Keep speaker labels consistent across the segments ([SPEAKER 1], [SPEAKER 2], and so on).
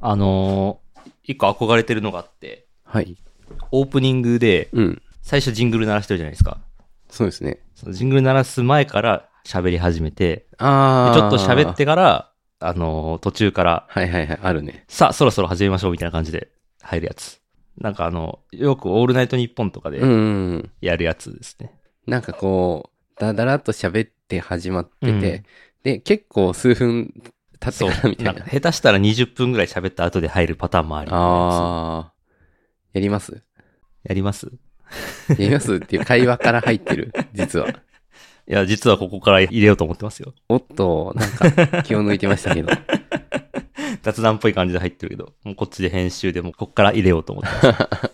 [SPEAKER 1] あのー一個憧れてるのがあって、
[SPEAKER 2] はい。
[SPEAKER 1] オープニングで
[SPEAKER 2] うん。
[SPEAKER 1] 最初ジングル鳴らしてるじゃないですか。
[SPEAKER 2] そうですね。
[SPEAKER 1] そのジングル鳴らす前から喋り始めて、で
[SPEAKER 2] ああ。
[SPEAKER 1] ちょっと喋っ。てから、あのー途中から、
[SPEAKER 2] はいはいはい。あるね。
[SPEAKER 1] さあ、そろそろ始めましょうみたいな感じで入るやつ。なんかあの、よくオールナイトニッポンとかで
[SPEAKER 2] うんうん。
[SPEAKER 1] やるやつですね。
[SPEAKER 2] なんかこう、だだらっと喋って始まってて、
[SPEAKER 1] うん
[SPEAKER 2] で、結構数分経って
[SPEAKER 1] そう
[SPEAKER 2] からみ。た
[SPEAKER 1] ないん
[SPEAKER 2] な。
[SPEAKER 1] か下手したら20分ぐらい喋った後で入るパターンもあり。
[SPEAKER 2] ああ。やります
[SPEAKER 1] やります
[SPEAKER 2] やりますっていう会話から入って る、実は。
[SPEAKER 1] いや、実はここから入れようと思ってますよ。
[SPEAKER 2] おっと、なんか気を抜いてましたけど。
[SPEAKER 1] 雑談っぽい感じで入ってるけど、もうこっちで編集でもうこっから入れようと思って ます。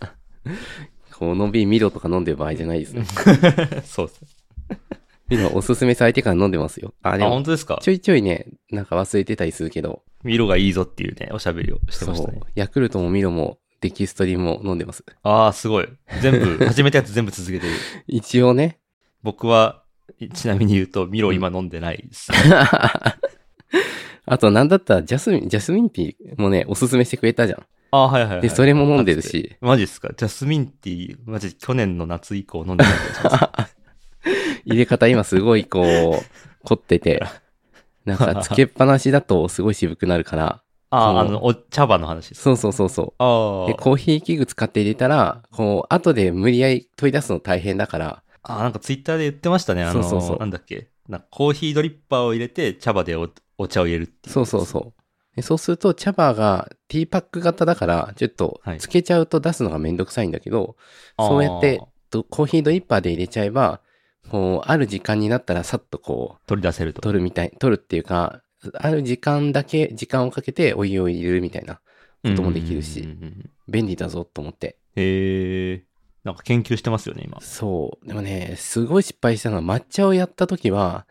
[SPEAKER 2] この瓶ミロとか飲んでる場合じゃないですね。
[SPEAKER 1] そうですね。
[SPEAKER 2] ミロおすすめされてから飲んでますよ。あ、で
[SPEAKER 1] あ、本
[SPEAKER 2] も、
[SPEAKER 1] 当ですか
[SPEAKER 2] ちょいちょいね、なんか忘れてたりするけど、
[SPEAKER 1] 色がいいぞっていうね、おしゃべりをして
[SPEAKER 2] そ
[SPEAKER 1] ました
[SPEAKER 2] う
[SPEAKER 1] ね。。
[SPEAKER 2] ヤクルトもミロもデキストリも飲んでます。
[SPEAKER 1] ああ、すごい。全 部、始めたやつ全部続けてる。
[SPEAKER 2] 一応ね。
[SPEAKER 1] 僕は、ちなみに言うと、ミロ今飲んでないです。
[SPEAKER 2] あと、なんだったら、ジャスミン、ジャスミンティーもね、おすすめしてくれたじゃん。
[SPEAKER 1] ああ、はいはい、はい。
[SPEAKER 2] で、それも飲んで るし、
[SPEAKER 1] マジっすかジャスミンティー、マジ去年の夏以降飲んでない気が します。
[SPEAKER 2] 入れ方今すごいこう、凝ってて、なんか、つけっぱなしだとすごい渋くなるから、
[SPEAKER 1] ああ、あ
[SPEAKER 2] そう
[SPEAKER 1] の、お茶葉の話です。
[SPEAKER 2] そうそうそうそ
[SPEAKER 1] あ
[SPEAKER 2] う。
[SPEAKER 1] ー
[SPEAKER 2] で、コーヒー器具使って入れたら、こう、後で無理やり取り出すの大変だから、
[SPEAKER 1] あー、なんかツイッターで言ってましたね。あの、
[SPEAKER 2] そうそうそう
[SPEAKER 1] なんだっけ。なんかコーヒードリッパーを入れて、茶葉でおお茶を入れるっていう。
[SPEAKER 2] そうそうそう。でそうすると、茶葉がティーパック型だから、ちょっと
[SPEAKER 1] はい、
[SPEAKER 2] つけちゃうと出すのがめんどくさいんだけど、
[SPEAKER 1] あー
[SPEAKER 2] そうやってとコーヒードリッパーで入れちゃえば、こう、ある時間になったらさっとこう、
[SPEAKER 1] 取り出せると。
[SPEAKER 2] 取るみたい、取るっていうか、ある時間だけ、時間をかけてお湯を入れるみたいな、こともできるし
[SPEAKER 1] うんうんうんうん。
[SPEAKER 2] 便利だぞと思って。
[SPEAKER 1] へえ。なんか研究してますよね、今。
[SPEAKER 2] そう。でもね、すごい失敗したのは、抹茶をやった時は、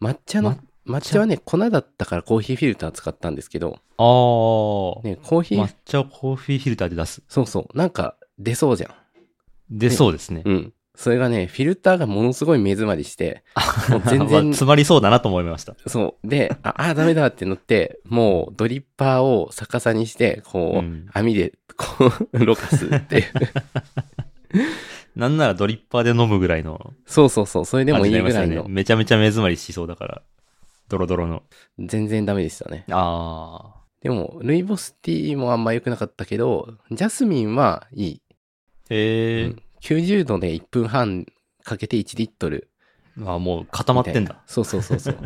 [SPEAKER 2] 抹茶の、抹茶はね、粉だったからコーヒーフィルター使ったんですけど、
[SPEAKER 1] ああ、
[SPEAKER 2] ね、コーヒー、
[SPEAKER 1] 抹茶をコーヒーフィルターで出す。
[SPEAKER 2] そうそう、なんか出そうじゃん。
[SPEAKER 1] で、そうですね。
[SPEAKER 2] うん。それがね、フィルターがものすごい目詰まりして、もう全
[SPEAKER 1] まあ
[SPEAKER 2] 然、
[SPEAKER 1] 詰まりそうだなと思いました。
[SPEAKER 2] そう。で、あ、あーダメだってなって、もうドリッパーを逆さにして、こう、
[SPEAKER 1] うん
[SPEAKER 2] 網で、こう、 ろ過するっていう。
[SPEAKER 1] なんならドリッパーで飲むぐらいの
[SPEAKER 2] そうそうそう、それでもいい
[SPEAKER 1] 感
[SPEAKER 2] ぐ
[SPEAKER 1] じ
[SPEAKER 2] らい
[SPEAKER 1] になりますよ
[SPEAKER 2] の
[SPEAKER 1] ね。、めちゃめちゃ目詰まりしそうだから。ドロドロの。
[SPEAKER 2] 全然ダメでしたね。
[SPEAKER 1] ああ。
[SPEAKER 2] でも、ルイボスティーもあんま良くなかったけど、ジャスミンはいい。
[SPEAKER 1] へえ、
[SPEAKER 2] うん90度で1分半かけて1リットル。
[SPEAKER 1] あもう固まってん
[SPEAKER 2] みたい
[SPEAKER 1] だ
[SPEAKER 2] な。。そうそうそうそう。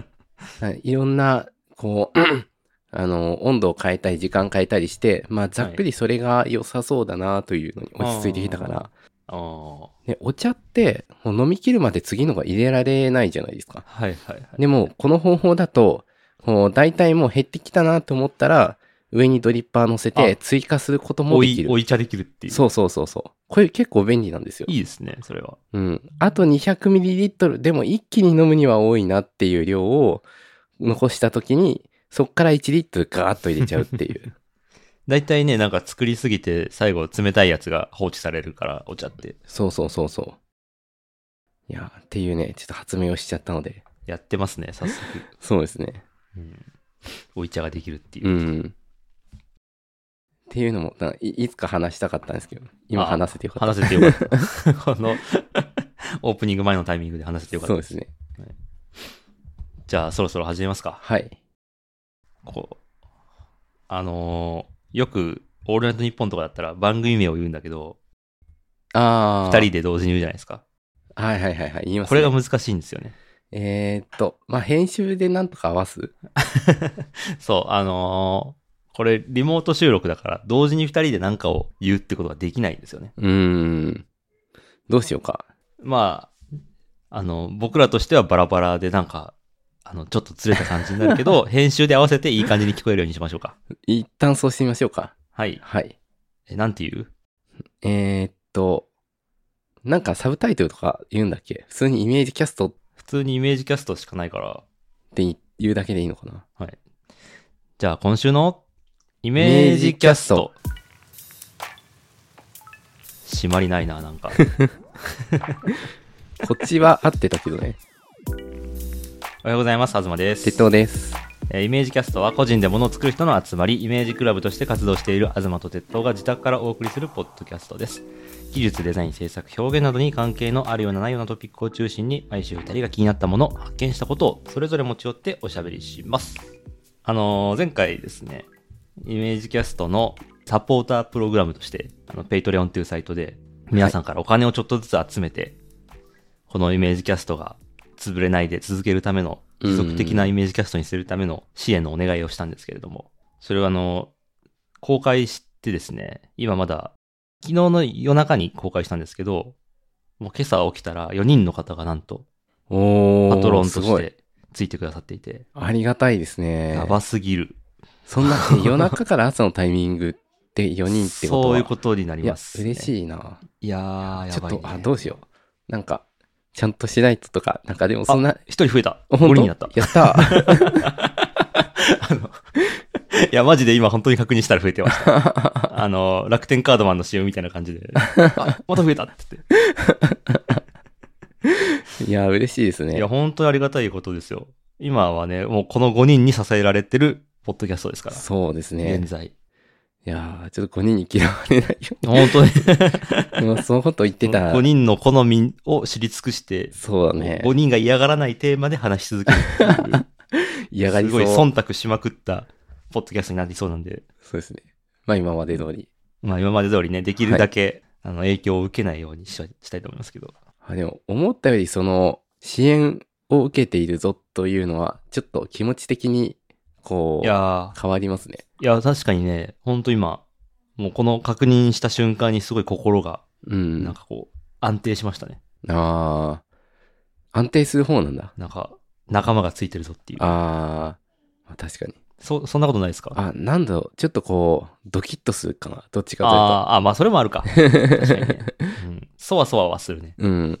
[SPEAKER 2] はいいろんな、こう、 あの、温度を変えたり、時間変えたりして、まあ、ざっくりそれが良さそうだなというのに落ち着いてきたから、
[SPEAKER 1] ああ。は
[SPEAKER 2] ね、お茶って、もう飲み切るまで次のが入れられないじゃないですか。
[SPEAKER 1] いはいはい。
[SPEAKER 2] でも、この方法だと、もう大体もう減ってきたなと思ったら、上にドリッパー乗せ
[SPEAKER 1] あ
[SPEAKER 2] て追加することも
[SPEAKER 1] お
[SPEAKER 2] でき
[SPEAKER 1] い、
[SPEAKER 2] る。
[SPEAKER 1] おい茶できるっていう。
[SPEAKER 2] そうそうそうそう。これ結構便利なんですよ。
[SPEAKER 1] いいですね、それは。
[SPEAKER 2] うん。あと 200ml でも一気に飲むには多いなっていう量を残した時に、そっから1リットルガーッと入れちゃうっ ていう。
[SPEAKER 1] 大体ね、なんか作りすぎて、最後冷たいやつが放置されるから、お茶って。
[SPEAKER 2] そうそうそうそう。いや、っていうね、ちょっと発明をしちゃったので。
[SPEAKER 1] やってますね、早速。
[SPEAKER 2] そうですね。
[SPEAKER 1] うん。おい茶ができるっていうう。
[SPEAKER 2] ん。っていうのも、ないいつか話したかったんですけど、今
[SPEAKER 1] あ
[SPEAKER 2] 話せてよかった。
[SPEAKER 1] 話せてよかった。 この、オープニング前のタイミングで話せてよかった
[SPEAKER 2] そうですね。
[SPEAKER 1] じゃあ、そろそろ始めますか。
[SPEAKER 2] はい。
[SPEAKER 1] こう。あのーよく、オールナイトニッポンとかだったら番組名を言うんだけど、
[SPEAKER 2] ああ。
[SPEAKER 1] 二人で同時に言うじゃないですか。
[SPEAKER 2] はいはいはいはい。言います、ね。
[SPEAKER 1] これが難しいんですよね。
[SPEAKER 2] えーっと、まあ、編集でなんとか合わす。
[SPEAKER 1] そう、あのーこれ、リモート収録だから、同時に二人で何かを言うってことができないんですよね。
[SPEAKER 2] うーん。どうしようか。
[SPEAKER 1] まあ、あの、僕らとしてはバラバラでなんか、あの、ちょっとずれた感じになるけ ど、編集で合わせていい感じに聞こえるようにしましょうか。
[SPEAKER 2] 一旦そうしてみましょうか。
[SPEAKER 1] はい。
[SPEAKER 2] はい。
[SPEAKER 1] え、なんていう
[SPEAKER 2] えーっと、なんかサブタイトルとか言うんだっけ普通にイメージキャストっ
[SPEAKER 1] 普通にイメージキャストしかないから、
[SPEAKER 2] て言うだけでいいのかな
[SPEAKER 1] じゃあ今週のイメージキャスト。締まりないな、なんか。
[SPEAKER 2] こっちは合ってたけどね。
[SPEAKER 1] おはようございます、東です。
[SPEAKER 2] 鉄道です。
[SPEAKER 1] えーイメージキャストは個人で物を作る人の集まり、イメージクラブとして活動している東と鉄道が自宅からお送りするポッドキャストです。技術、デザイン、制作、表現などに関係のあるようなないようなトピックを中心に、毎週2人が気になったもの、発見したことをそれぞれ持ち寄っておしゃべりします。あのー前回ですね、イメージキャストのサポータープログラムとして、あの、ペイトレオンというサイトで、皆さんからお金をちょっとずつ集めて、このイメージキャストが潰れないで続けるための、持続的なイメージキャストにするための支援のお願いをしたんですけれども、それはあの、公開してですね、今まだ、昨日の夜中に公開したんですけど、もう今朝起きたら4人の方がなんと、
[SPEAKER 2] おー
[SPEAKER 1] パトロンと
[SPEAKER 2] す
[SPEAKER 1] し
[SPEAKER 2] ごい
[SPEAKER 1] てついてくださっていて、
[SPEAKER 2] ありがたいですね。
[SPEAKER 1] やばすぎる。
[SPEAKER 2] そんな、夜中から朝のタイミングって4人 ってことは
[SPEAKER 1] そういうことになります、
[SPEAKER 2] いや、嬉
[SPEAKER 1] い。
[SPEAKER 2] しいな。
[SPEAKER 1] いやー、やばい、
[SPEAKER 2] ち
[SPEAKER 1] ね
[SPEAKER 2] ょっ。と、あ、どうしよう。なんか、ちゃんとしないととか、なんかでもそんな、
[SPEAKER 1] 一人増えた。
[SPEAKER 2] 本当
[SPEAKER 1] 5人になった。
[SPEAKER 2] やっ た。
[SPEAKER 1] あの、 いや、マジで今本当に確認したら増えてま した。あの、楽天カードマンの CM みたいな感じで、あ、また増えたって言って。
[SPEAKER 2] いや、嬉しいですね。
[SPEAKER 1] いや、本当にありがたいことですよ。今はね、もうこの5人に支えられてるポッドキャストですから。
[SPEAKER 2] そうですね
[SPEAKER 1] 現。在。
[SPEAKER 2] いやーちょっと5人に嫌われない よ
[SPEAKER 1] 本当に。
[SPEAKER 2] うに。でもそのこと言ってた
[SPEAKER 1] 5 。人の好みを知り尽くして、
[SPEAKER 2] そうだね。
[SPEAKER 1] 5人が嫌がらないテーマで話し続けるっていう。
[SPEAKER 2] 嫌がり
[SPEAKER 1] す
[SPEAKER 2] そ
[SPEAKER 1] ご
[SPEAKER 2] う。
[SPEAKER 1] い忖度しまくったポッドキャストになりそうなんで、
[SPEAKER 2] そうですね。まあ今まで通り。
[SPEAKER 1] まあ今まで通りね、できるだけ、あの影響を受けないようにししたいと思いますけど。
[SPEAKER 2] あでも、思ったよりその、支援を受けているぞというのは、ちょっと気持ち的に、こ、
[SPEAKER 1] いうや
[SPEAKER 2] 変
[SPEAKER 1] ー、
[SPEAKER 2] わりますね。
[SPEAKER 1] いや、確かにね、ほんと今、もうこの確認した瞬間にすごい心が、
[SPEAKER 2] うん。
[SPEAKER 1] なんかこう、安定しましたね。
[SPEAKER 2] ああ。安定する方なんだ。
[SPEAKER 1] なんか、仲間がついてるぞっていう。
[SPEAKER 2] ああ。まあ確かに。
[SPEAKER 1] そ、そんなことないですか
[SPEAKER 2] あ、なんだろう。ちょっとこう、ドキッとするかな。どっちか
[SPEAKER 1] あーあ、まあそれもあるか。
[SPEAKER 2] という
[SPEAKER 1] 確かに
[SPEAKER 2] と。
[SPEAKER 1] ね。うん。そわそわはするね。
[SPEAKER 2] うん。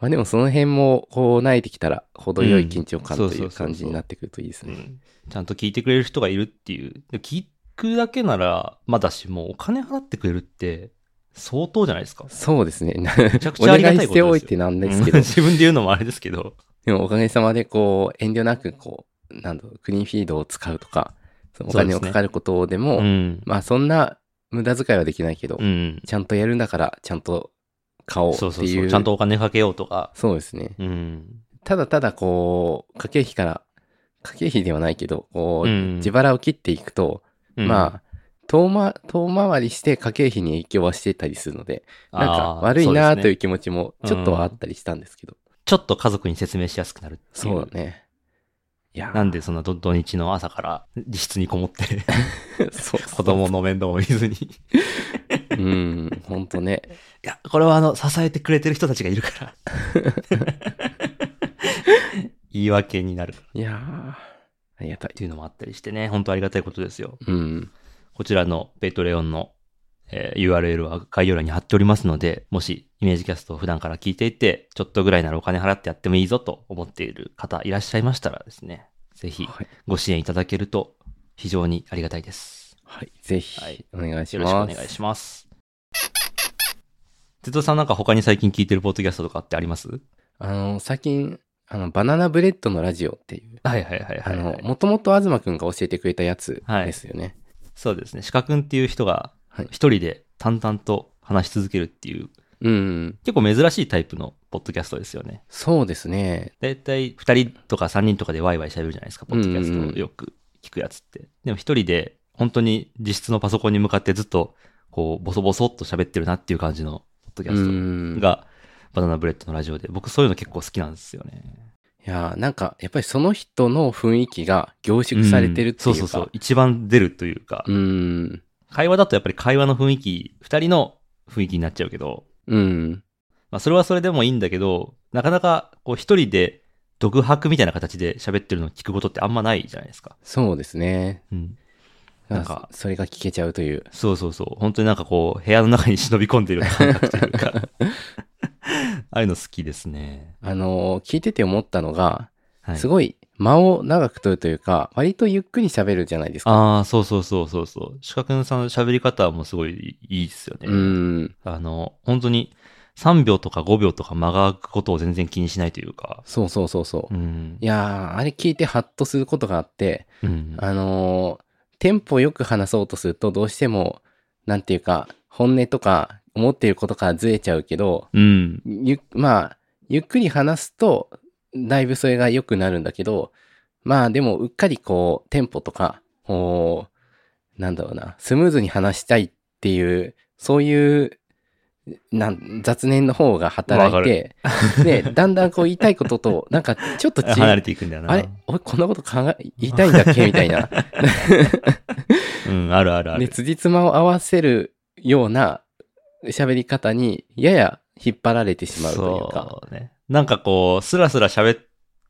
[SPEAKER 2] まあでもその辺も、こう、慣れてきたら、程よい緊張感
[SPEAKER 1] うん
[SPEAKER 2] とい
[SPEAKER 1] そうそうそ
[SPEAKER 2] う
[SPEAKER 1] うそう
[SPEAKER 2] 感じになってくるといいです
[SPEAKER 1] う
[SPEAKER 2] ね。
[SPEAKER 1] ん。ちゃんと聞いてくれる人がいるっていう。で聞くだけなら、まだし、もうお金払ってくれるって、相当じゃないですか。
[SPEAKER 2] そうです ね。
[SPEAKER 1] めちゃく
[SPEAKER 2] お
[SPEAKER 1] ちゃありが
[SPEAKER 2] 願い
[SPEAKER 1] たい
[SPEAKER 2] し
[SPEAKER 1] こ
[SPEAKER 2] て
[SPEAKER 1] と
[SPEAKER 2] お
[SPEAKER 1] で
[SPEAKER 2] い
[SPEAKER 1] す
[SPEAKER 2] て
[SPEAKER 1] よ。
[SPEAKER 2] なんです
[SPEAKER 1] うん
[SPEAKER 2] けど、
[SPEAKER 1] 自分で言うのもあれですけ ど。
[SPEAKER 2] でもおかげさまで、こう、遠慮なく、こう、なんだろう、クリーンフィードを使うとか、そのお金
[SPEAKER 1] そう
[SPEAKER 2] を
[SPEAKER 1] ですね
[SPEAKER 2] かかることでも、
[SPEAKER 1] うん。
[SPEAKER 2] まあそんな無駄遣いはできないけど、
[SPEAKER 1] うん。
[SPEAKER 2] ちゃんとやるんだから、ちゃんと買おうって
[SPEAKER 1] そ
[SPEAKER 2] いう。
[SPEAKER 1] うそうそう。ちゃんとお金かけようとか。
[SPEAKER 2] そうですね。
[SPEAKER 1] うん。
[SPEAKER 2] ただただこう、駆け引きから、駆け引きではないけど、こう、
[SPEAKER 1] うん
[SPEAKER 2] 自腹を切っていくと、
[SPEAKER 1] うん
[SPEAKER 2] まあ、遠ま、遠回りして家計費に影響はしてたりするので、なんか
[SPEAKER 1] あー
[SPEAKER 2] 悪いな
[SPEAKER 1] そ
[SPEAKER 2] ー
[SPEAKER 1] うです
[SPEAKER 2] と
[SPEAKER 1] ね
[SPEAKER 2] いう気持ちもちょっとはあったりしたんですけど。
[SPEAKER 1] ちょっと家族に説明しやすくなるってい
[SPEAKER 2] そうう。だね。いやー
[SPEAKER 1] なんでそんなど土日の朝から自室にこもって
[SPEAKER 2] そうそう
[SPEAKER 1] 子供の面倒も見ず に。い
[SPEAKER 2] うん、ほんとね。
[SPEAKER 1] や、これはあの、支えてくれてる人たちがいるから。 言い訳になるっ
[SPEAKER 2] いやーありがたい。
[SPEAKER 1] ていうのもあったりしてね、本当ありがたいことですよ。
[SPEAKER 2] うん。
[SPEAKER 1] こちらのペイトレオンの、えー URL は概要欄に貼っておりますので、もしイメージキャストを普段から聞いていて、ちょっとぐらいならお金払ってやってもいいぞと思っている方いらっしゃいましたらですね、ぜひ
[SPEAKER 2] はい。
[SPEAKER 1] ご支援いただけると非常にありがたいです。
[SPEAKER 2] はい。ぜ
[SPEAKER 1] はい
[SPEAKER 2] ひ、お願いし
[SPEAKER 1] よ
[SPEAKER 2] ま
[SPEAKER 1] ろしく
[SPEAKER 2] す。
[SPEAKER 1] お願いします。哲夫さんなんか他に最近聞いてるポッドキャストとかってあります
[SPEAKER 2] あの、最近、あの、バナナブレッドのラジオっていう、
[SPEAKER 1] はいはいはい
[SPEAKER 2] あ
[SPEAKER 1] はい、
[SPEAKER 2] の、もともと東くんが教えてくれたやつ
[SPEAKER 1] はい
[SPEAKER 2] ですよね。
[SPEAKER 1] そうですね。鹿くんっていう人が
[SPEAKER 2] はい
[SPEAKER 1] 一人で淡々と話し続けるっていう、
[SPEAKER 2] うん。
[SPEAKER 1] 結構珍しいタイプのポッドキャストですよね。
[SPEAKER 2] そうですね。
[SPEAKER 1] だいたい2人とか3人とかでワイワイ喋るじゃないですか、ポッドキャ
[SPEAKER 2] うんうんう
[SPEAKER 1] ス
[SPEAKER 2] ん
[SPEAKER 1] トをよく聞くやつって。でも一人で本当に実質のパソコンに向かってずっとこうボソボソっと喋ってるなっていう感じのポッドキャ
[SPEAKER 2] う
[SPEAKER 1] ス
[SPEAKER 2] ん。
[SPEAKER 1] ト
[SPEAKER 2] い
[SPEAKER 1] がバナナブレッドのラジオで、僕そういうの結構好きなんですよね。
[SPEAKER 2] やー、なんか、やっぱりその人の雰囲気が凝縮されてるっていう
[SPEAKER 1] んそ
[SPEAKER 2] か。
[SPEAKER 1] うそうそう。一番出るというか、
[SPEAKER 2] うん。
[SPEAKER 1] 会話だとやっぱり会話の雰囲気、二人の雰囲気になっちゃうけど、
[SPEAKER 2] うん。
[SPEAKER 1] まあそれはそれでもいいんだけど、なかなかこう一人で独白みたいな形で喋ってるのを聞くことってあんまないじゃないですか。
[SPEAKER 2] そうですね。
[SPEAKER 1] うん。な
[SPEAKER 2] なんん
[SPEAKER 1] か
[SPEAKER 2] か、それが聞けちゃうという。
[SPEAKER 1] そうそうそう。本当になんかこう部屋の中に忍び込んでる感覚という か、ああいうの好きですね。
[SPEAKER 2] あのー、聞いてて思ったのが、
[SPEAKER 1] はい。
[SPEAKER 2] すごい間を長く取るというか、割とゆっくり喋るじゃないですか。
[SPEAKER 1] ああ、そうそうそうそうそう。シカくんさんの喋り方もすごいいいですよね。
[SPEAKER 2] うん。
[SPEAKER 1] あの、本当に3秒とか5秒とか間が空くことを全然気にしないというか。
[SPEAKER 2] そうそうそうそうう。
[SPEAKER 1] ん。
[SPEAKER 2] いやー、あれ聞いてハッとすることがあって、
[SPEAKER 1] うん。
[SPEAKER 2] あのーテンポよく話そうとするとどうしても、なんていうか、本音とか思っていることからずれちゃうけど、
[SPEAKER 1] うん。
[SPEAKER 2] ゆまあ、ゆっくり話すと、だいぶそれが良くなるんだけど、まあでも、うっかりこう、テンポとか、こう、なんだろうな、スムーズに話したいっていう、そういう、なん雑念の方が働いて、で、だんだんこう言いたいことと、なんかちょっと違う。
[SPEAKER 1] 離れていくんだよな。
[SPEAKER 2] あれ俺こんなこと考え、言いたいんだっけみたいな。
[SPEAKER 1] うん、あるあるあ
[SPEAKER 2] で、
[SPEAKER 1] る。
[SPEAKER 2] 辻褄を合わせるような喋り方に、やや引っ張られてしまうというか。
[SPEAKER 1] そうね。なんかこう、スラスラ喋っ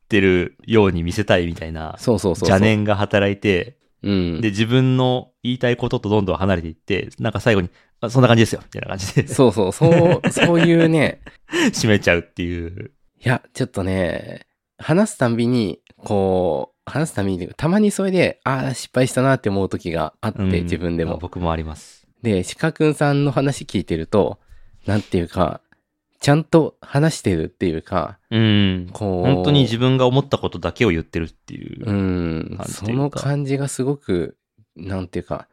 [SPEAKER 1] てるように見せたいみたいな
[SPEAKER 2] そうそうそうそう。
[SPEAKER 1] 邪念が働いて、
[SPEAKER 2] うん。
[SPEAKER 1] で、自分の言いたいこととどんどん離れていって、なんか最後に、あそんな感じですよ、みたいな感 じで
[SPEAKER 2] そうそう、そう、そういうね、
[SPEAKER 1] 締めちゃうっていう。
[SPEAKER 2] いや、ちょっとね、話すたんびに、こう、話すたんびにというか、たまにそれで、ああ、失敗したなって思う時があって、
[SPEAKER 1] うん
[SPEAKER 2] 自分で
[SPEAKER 1] あ
[SPEAKER 2] も。
[SPEAKER 1] 僕もあります。
[SPEAKER 2] で、鹿くんさんの話聞いてると、なんていうか、ちゃんと話してるっていうか、
[SPEAKER 1] うん。
[SPEAKER 2] こう、
[SPEAKER 1] 本当に自分が思ったことだけを言ってるっていう。
[SPEAKER 2] うん、
[SPEAKER 1] 感じと
[SPEAKER 2] そ
[SPEAKER 1] いうか
[SPEAKER 2] の感じがすごく、なんていうか、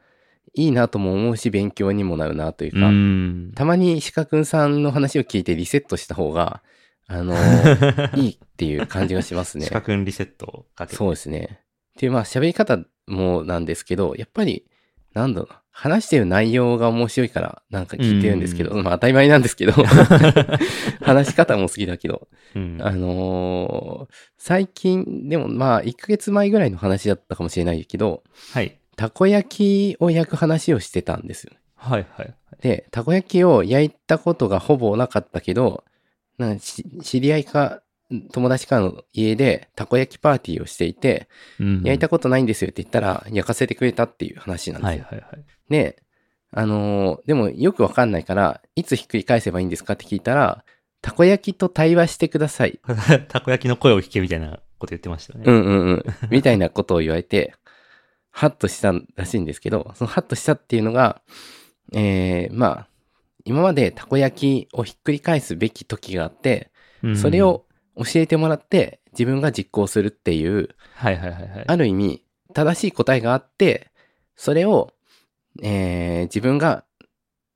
[SPEAKER 2] いいなとも思うし、勉強にもなるなというか、
[SPEAKER 1] うん。
[SPEAKER 2] たまに鹿くんさんの話を聞いてリセットした方が、あ のーいいっていう感じがしますね
[SPEAKER 1] 四。角にリセットをかけて。
[SPEAKER 2] そうですね。で、まあ喋り方もなんですけど、やっぱり、なんだろうな、話してる内容が面白いからなんか聞いてるんですけど、
[SPEAKER 1] う
[SPEAKER 2] まあ当たり前なんです けど、話し方も好きだけど、
[SPEAKER 1] うん。
[SPEAKER 2] あのー最近、でもまあ1ヶ月前ぐらいの話だったかもしれないけど、
[SPEAKER 1] はい。
[SPEAKER 2] たこ焼きを焼く話をしてたんですよね。
[SPEAKER 1] はいはい。
[SPEAKER 2] で、たこ焼きを焼いたことがほぼなかったけど、なんかし知り合いか友達かの家でたこ焼きパーティーをしていて、
[SPEAKER 1] うん
[SPEAKER 2] 焼いたことないんですよって言ったら、焼かせてくれたっていう話なんです
[SPEAKER 1] はい
[SPEAKER 2] よ。
[SPEAKER 1] はいはい。
[SPEAKER 2] で、あのーでもよくわかんないから、いつひっくり返せばいいんですかって聞いたら、たこ焼きと対話してください。
[SPEAKER 1] たこ焼きの声を聞けみたいなこと言ってましたね。
[SPEAKER 2] うんうんうん。みたいなことを言われて、ハッとしたらしいんですけど、そのハッとしたっていうのが、えー、まあ、今までたこ焼きをひっくり返すべき時があって、
[SPEAKER 1] うん
[SPEAKER 2] それ、を教えてもらって自分が実行するっていう、
[SPEAKER 1] はいはいはいはい。
[SPEAKER 2] ある意味、正しい答えがあって、それを、えー自分が、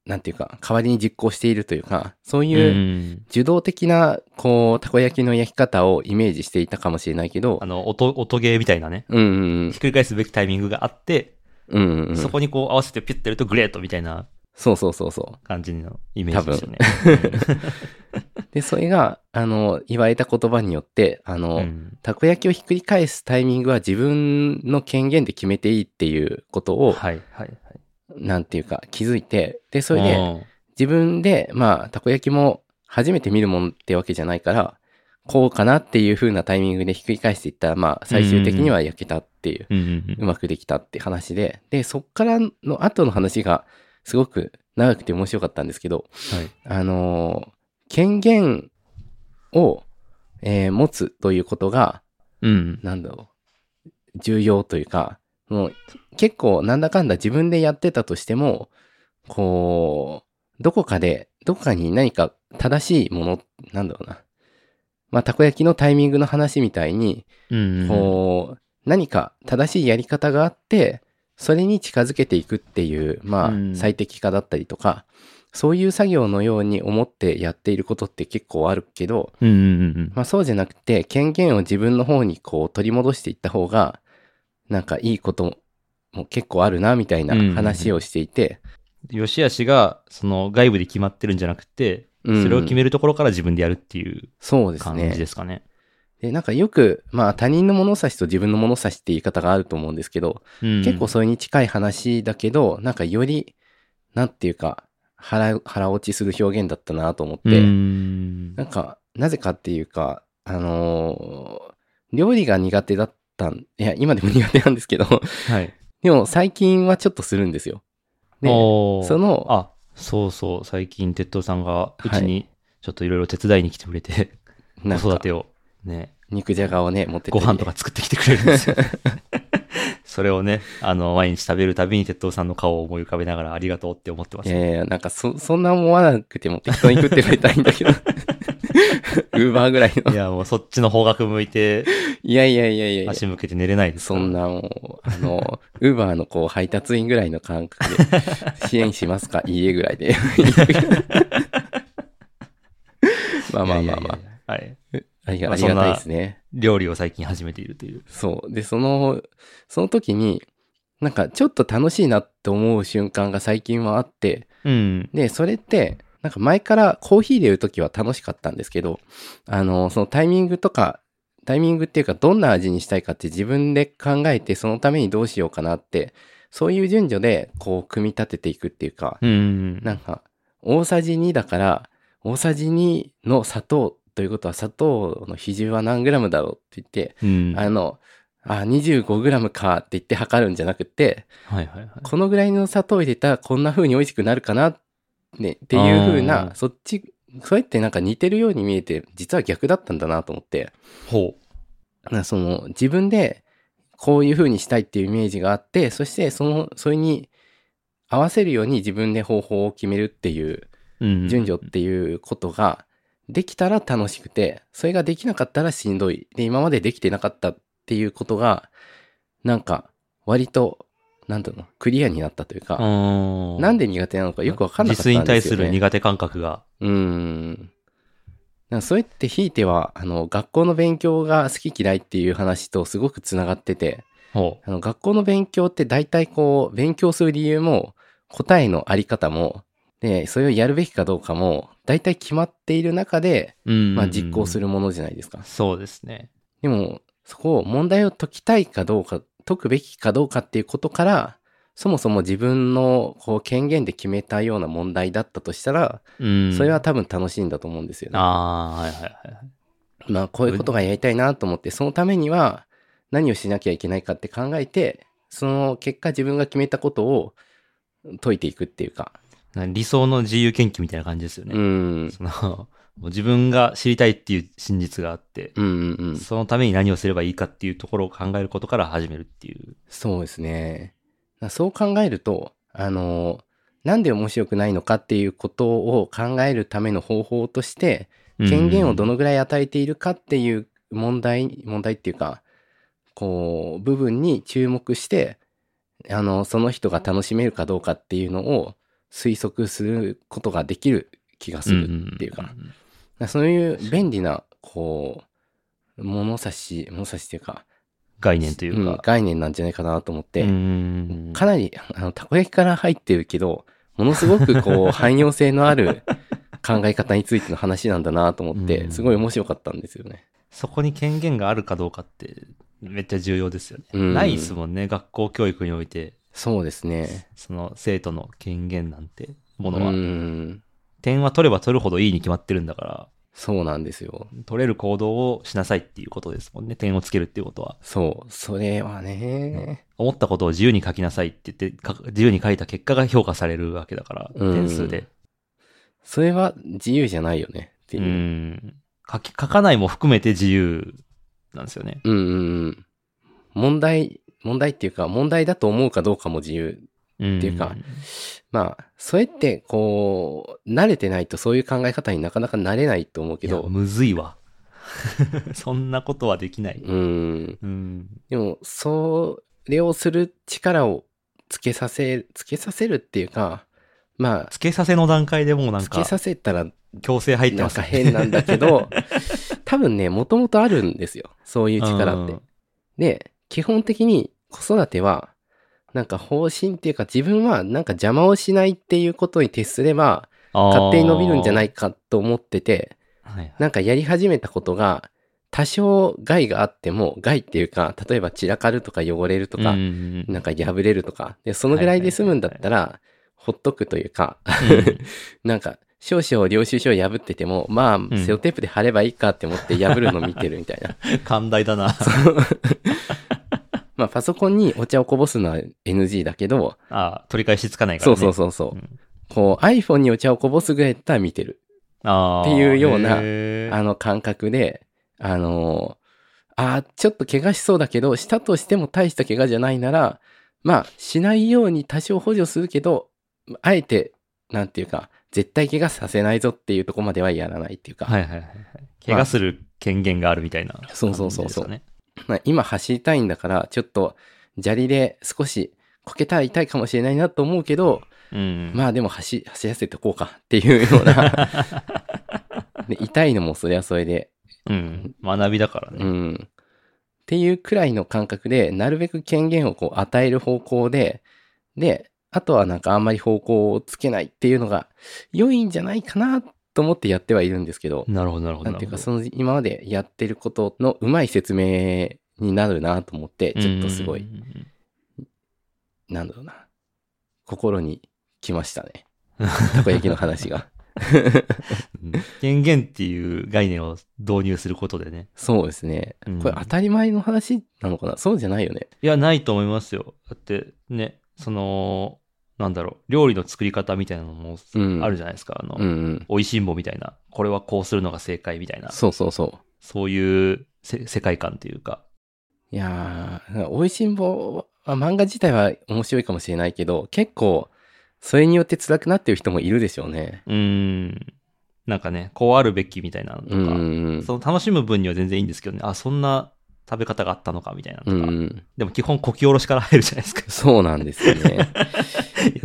[SPEAKER 2] なんていうか、代わりに実行しているというか、そう
[SPEAKER 1] う
[SPEAKER 2] いうん受動的な、こう、たこ焼きの焼き方をイメージしていたかもしれないけど
[SPEAKER 1] あ、の、音、音ゲーみたいなね。
[SPEAKER 2] うんうん
[SPEAKER 1] ひっくり返すべきタイミングがあって、
[SPEAKER 2] うん。うんうんうん、
[SPEAKER 1] そこにこう合わせてピュッてやるとグレートみたいな
[SPEAKER 2] そうそうそうそ
[SPEAKER 1] 感じのイメージですよね。
[SPEAKER 2] う。で、それが、あの、言われた言葉によって、あの、
[SPEAKER 1] うん
[SPEAKER 2] たこ焼きをひっくり返すタイミングは自分の権限で決めていいっていうことを、
[SPEAKER 1] はいはいはい。
[SPEAKER 2] なんていうか気づいて、で、それで、
[SPEAKER 1] うん
[SPEAKER 2] 自分で、まあ、たこ焼きも初めて見るもんってわけじゃないから、こうかなっていう風なタイミングでひっくり返していったら、まあ、最終的には焼けたっていう、
[SPEAKER 1] うんうん
[SPEAKER 2] うまくできたって話で、で、そっからの後の話がすごく長くて面白かったんですけど、
[SPEAKER 1] はい
[SPEAKER 2] あのー権限を、えー持つということが、
[SPEAKER 1] うん。
[SPEAKER 2] なんだろう、重要というか、もう結構なんだかんだ自分でやってたとしても、こう、どこかで、どこかに何か正しいもの、なんだろうな。まあ、たこ焼きのタイミングの話みたいに、
[SPEAKER 1] うんうん
[SPEAKER 2] こう、何か正しいやり方があって、それに近づけていくっていう、ま
[SPEAKER 1] うん
[SPEAKER 2] あ、最適化だったりとか、そういう作業のように思ってやっていることって結構あるけど、
[SPEAKER 1] うんうんうんうん
[SPEAKER 2] まあ、そうじゃなくて権限を自分の方にこう取り戻していった方がなんかいいことも結構あるなみたいな話をしていて、
[SPEAKER 1] よしあしが、その外部で決まってるんじゃなくて、
[SPEAKER 2] うん
[SPEAKER 1] それを決めるところから自分でやるっていう
[SPEAKER 2] そうです
[SPEAKER 1] 感
[SPEAKER 2] ね
[SPEAKER 1] じですかね。
[SPEAKER 2] でなんかよくまあ他人の物差しと自分の物差しって言い方があると思うんですけど、
[SPEAKER 1] 結
[SPEAKER 2] 結構それに近い話だけどなんかよりなんていうか腹腹落ちする表現だったなと思って、
[SPEAKER 1] うん
[SPEAKER 2] なんか、なぜかっていうか、あのー料理が苦手だったん、いや、今でも苦手なんですけど、
[SPEAKER 1] はい。
[SPEAKER 2] でも最近はちょっとするんですよ。で、
[SPEAKER 1] おー
[SPEAKER 2] その
[SPEAKER 1] あ、そうそう、最近、鉄道さんが、う
[SPEAKER 2] は
[SPEAKER 1] ちに、ちょっといろいろ手伝いに来てくれて、
[SPEAKER 2] なん
[SPEAKER 1] 子
[SPEAKER 2] か
[SPEAKER 1] 育てを、ね、
[SPEAKER 2] 肉じゃがをね、持ってって
[SPEAKER 1] ご飯とか作ってきてくれるんですよ。 それをね、あの、毎日食べるたびに鉄道さんの顔を思い浮かべながらありがとうって思ってま
[SPEAKER 2] い
[SPEAKER 1] す。
[SPEAKER 2] やいや、なんかそ、そんな思わなくても適当に食ってくれたらいいんだ けど。ウ ーバーぐらいの
[SPEAKER 1] い。や、もうそっちの方角向いて、
[SPEAKER 2] いやいやいやいやいや。
[SPEAKER 1] 足向けて寝れないです
[SPEAKER 2] そ
[SPEAKER 1] から
[SPEAKER 2] んなもう、あの、ウーバーのこう配達員ぐらいの感覚で、 支援しますかいいえぐらいで。まあまあまあまあ。
[SPEAKER 1] あ。はい。
[SPEAKER 2] ありが
[SPEAKER 1] まあ
[SPEAKER 2] ありがたいですね。
[SPEAKER 1] 料理を最近始めているという。
[SPEAKER 2] そう。で、その、その時に、なんかちょっと楽しいなって思う瞬間が最近はあって、
[SPEAKER 1] うん。
[SPEAKER 2] で、それって、なんか前からコーヒーで売る時は楽しかったんですけど、あの、そのタイミングとか、タイミングっていうかどんな味にしたいかって自分で考えてそのためにどうしようかなって、そういう順序でこう組み立てていくっていうか、
[SPEAKER 1] うん。
[SPEAKER 2] なんか、大さじ2だから、大さじ2の砂糖ということは砂糖の比重は何グラムだろうって言っ
[SPEAKER 1] うん。
[SPEAKER 2] て、
[SPEAKER 1] は
[SPEAKER 2] あ
[SPEAKER 1] い
[SPEAKER 2] の、あ、25グラムかって言って測るんじゃなくて、
[SPEAKER 1] はいはい。
[SPEAKER 2] このぐらいの砂糖入れたらこんな風に美味しくなるかな、ね、っていう風
[SPEAKER 1] あ
[SPEAKER 2] な
[SPEAKER 1] ー、
[SPEAKER 2] そっち、それってなんか似てるように見えて、実は逆だったんだなと思って、
[SPEAKER 1] ほ
[SPEAKER 2] なその自分でこういう風にしたいっていうイメージがあって、そしてその、それに合わせるように自分で方法を決めるっていう
[SPEAKER 1] う。うん。
[SPEAKER 2] 順序っていうことができたら楽しくて、それができなかったらしんどい。で、今までできてなかったっていうことが、なんか、割と、なんていうの、クリアになったというか、
[SPEAKER 1] う
[SPEAKER 2] なん
[SPEAKER 1] で
[SPEAKER 2] で苦手なのかよくわかんなかったんですよ、
[SPEAKER 1] 実
[SPEAKER 2] ね。
[SPEAKER 1] に対する苦手感覚が。
[SPEAKER 2] うーん。なんかそれってひいては、あの、学校の勉強が好き嫌いっていう話とすごくつながってて、
[SPEAKER 1] ほ
[SPEAKER 2] あの、学校の勉強って大体こう、勉強する理由も、答えのあり方も、で、それをやるべきかどうかも、大体決まっている中で、
[SPEAKER 1] う。うん。
[SPEAKER 2] まあ実行す
[SPEAKER 1] る。
[SPEAKER 2] るものじゃないですか。
[SPEAKER 1] そうですね。
[SPEAKER 2] でも、そこを問題を解きたいかどうか、解くべきかどうかっていうことから、そもそも自分のこう権限で決めたような問題だったとしたら、
[SPEAKER 1] うん。
[SPEAKER 2] それは多分楽しいんだと思うんですよね。
[SPEAKER 1] ああー、はいはいはい。
[SPEAKER 2] まあこういうことがやりたいなと思って、そのためには何をしなきゃいけないかって考えて、その結果自分が決めたことを解いていくっていうか。
[SPEAKER 1] な理想の自由研究みたいな感じですよ
[SPEAKER 2] う
[SPEAKER 1] ね。
[SPEAKER 2] ん。
[SPEAKER 1] その、 もう自分が知りたいっていう真実があって、
[SPEAKER 2] うんうんうん。
[SPEAKER 1] そのために何をすればいいかっていうところを考えることから始めるっていう。
[SPEAKER 2] そうですね。だそう考えると、あの、なんで面白くないのかっていうことを考えるための方法として、権限をど
[SPEAKER 1] の、
[SPEAKER 2] のぐらい与えているかっていう問題、問題っていうか、こう、部分に注目して、あの、その人が楽しめるかどうかっていうのを推測することができる気がするっていうか、だか
[SPEAKER 1] んんん
[SPEAKER 2] らそういう便利な、こう、物差し、物差しっていうか、
[SPEAKER 1] 概念という
[SPEAKER 2] うん
[SPEAKER 1] か。
[SPEAKER 2] 概念なんじゃないかなと思って、
[SPEAKER 1] うん
[SPEAKER 2] かなり、あの、たこ焼きから入ってるけど、ものすご くこう、汎用性のある考え方についての話なんだなと思っ
[SPEAKER 1] う
[SPEAKER 2] て、
[SPEAKER 1] ん
[SPEAKER 2] すごい面白かったんですよね。
[SPEAKER 1] そこに権限があるかどうかって、めっちゃ重要ですよね。
[SPEAKER 2] うん
[SPEAKER 1] ないですもんね、学校教育において、
[SPEAKER 2] そうですね。
[SPEAKER 1] その生徒の権限なんても
[SPEAKER 2] う
[SPEAKER 1] のは。
[SPEAKER 2] ん。
[SPEAKER 1] 点は取れば取るほどいいに決まってるんだから、
[SPEAKER 2] そうなんですよ。
[SPEAKER 1] 取れる行動をしなさいっていうことですもんね、点をつけるっていうことは。
[SPEAKER 2] そう。それはね。
[SPEAKER 1] 思ったことを自由に書きなさいって言って、か自由に書いた結果が評価されるわけだから、
[SPEAKER 2] うん
[SPEAKER 1] 点数で。
[SPEAKER 2] それは自由じゃないよね。って
[SPEAKER 1] う
[SPEAKER 2] いう。
[SPEAKER 1] ん。書き、書かないも含めて自由なんですよね。
[SPEAKER 2] うんうんうん。問題、問題っていうか、問題だと思うかどうかも自由。
[SPEAKER 1] って
[SPEAKER 2] いうかまあ、それって、こう、慣れてないとそういう考え方になかなかなれないと思うけ
[SPEAKER 1] いや
[SPEAKER 2] ど、
[SPEAKER 1] むずいわ。 そんなことはできない。
[SPEAKER 2] うん。
[SPEAKER 1] うん。
[SPEAKER 2] でも、それをする力をつけさせ、つけさせるっていうか、ま
[SPEAKER 1] つけさせの段階でもうな
[SPEAKER 2] あ、
[SPEAKER 1] ん
[SPEAKER 2] つけ
[SPEAKER 1] か、
[SPEAKER 2] させたら
[SPEAKER 1] 強制入って
[SPEAKER 2] な
[SPEAKER 1] ま
[SPEAKER 2] ん
[SPEAKER 1] す
[SPEAKER 2] か
[SPEAKER 1] ね。
[SPEAKER 2] 変なんだけど、 多分ね、もともとあるんですよ。そういう力っ
[SPEAKER 1] う
[SPEAKER 2] て
[SPEAKER 1] ん。、
[SPEAKER 2] で、基本的に子育ては、なんか方針っていうか自分はなんか邪魔をしないっていうことに徹すれば、 勝手に伸びるんじゃないいかと思ってて、
[SPEAKER 1] はい
[SPEAKER 2] なんかやり始めたことが、多少害があっても、害っていうか、例えば散らかるとか汚れるとか、
[SPEAKER 1] うん
[SPEAKER 2] なんか破れるとか、で、そのぐらいで済むんだったら、ほっとくというか、 なんか、少々領収書を破ってても、まあ、
[SPEAKER 1] ん
[SPEAKER 2] セロテープで貼ればいいかって思って破るの見てるみたい な。
[SPEAKER 1] うん 寛大だな。
[SPEAKER 2] まあ、パソコンにお茶をこぼすのは NG だけど、
[SPEAKER 1] あ取り返しつかないから、
[SPEAKER 2] そ
[SPEAKER 1] ね。
[SPEAKER 2] うそうそうそうう。
[SPEAKER 1] ん
[SPEAKER 2] こう、iPhone にお茶をこぼすぐらいだったら見てる。
[SPEAKER 1] あー
[SPEAKER 2] っていうような
[SPEAKER 1] へー
[SPEAKER 2] あの感覚で、あのあーちょっと怪我しそうだけど、したとしても大した怪我じゃないなら、まあ、しないように多少補助するけど、あえて、なんていうか、絶対怪我させないぞっていうとこまではやらないっていうか、
[SPEAKER 1] はいはいはいはい。怪我する権限があるみたいな、
[SPEAKER 2] そうそうそうそう
[SPEAKER 1] 感じですかね
[SPEAKER 2] まあ、今走りたいんだから、ちょっと砂利で少しこけたら痛いかもしれないなと思うけど、
[SPEAKER 1] うん。
[SPEAKER 2] まあでも走走らせておこうかっていうような で痛いのもそれはそれで、
[SPEAKER 1] うん。学びだから
[SPEAKER 2] う
[SPEAKER 1] ね。
[SPEAKER 2] ん。っていうくらいの感覚で、なるべく権限をこう与える方向で、で、あとはなんかあんまり方向をつけないっていうのが良いんじゃないかなと思ってやってはいるんですけど、
[SPEAKER 1] なるほど、なるほど。
[SPEAKER 2] なんていう
[SPEAKER 1] な
[SPEAKER 2] か、
[SPEAKER 1] る
[SPEAKER 2] その今までやってることのうまい説明になるなと思って、
[SPEAKER 1] ほど
[SPEAKER 2] ちょっとすごい
[SPEAKER 1] うん、うんうん
[SPEAKER 2] なんだろうな、心に来ましたね。たこ焼きの話が。
[SPEAKER 1] うん権限っていう概念を導入することでね。
[SPEAKER 2] そうですね。
[SPEAKER 1] うん
[SPEAKER 2] これ当たり前の話なのかなそうじゃないよね。
[SPEAKER 1] いや、ないと思いますよ。だって、ね、その、なんだろう、料理の作り方みたいなのも
[SPEAKER 2] うん
[SPEAKER 1] あるじゃないですか。あの、
[SPEAKER 2] うんうん。
[SPEAKER 1] 美味しんぼみたいな、これはこうするのが正解みたいな、
[SPEAKER 2] そうそうそう。
[SPEAKER 1] そういうせ世界観っていうか。
[SPEAKER 2] いやー、美味しんぼは漫画自体は面白いかもしれないけど、結構、それによって辛くなってる人もいるでしょうね。
[SPEAKER 1] うーん。なんかね、こうあるべきみたいなのとか、
[SPEAKER 2] うんうん
[SPEAKER 1] その楽しむ分には全然いいんですけどね、あ、そんな食べ方があったのかみたいなの
[SPEAKER 2] うん。
[SPEAKER 1] と
[SPEAKER 2] う
[SPEAKER 1] か、
[SPEAKER 2] んうん。
[SPEAKER 1] でも基本こきおろしから入るじゃないですか。
[SPEAKER 2] そうなんですよね。
[SPEAKER 1] いや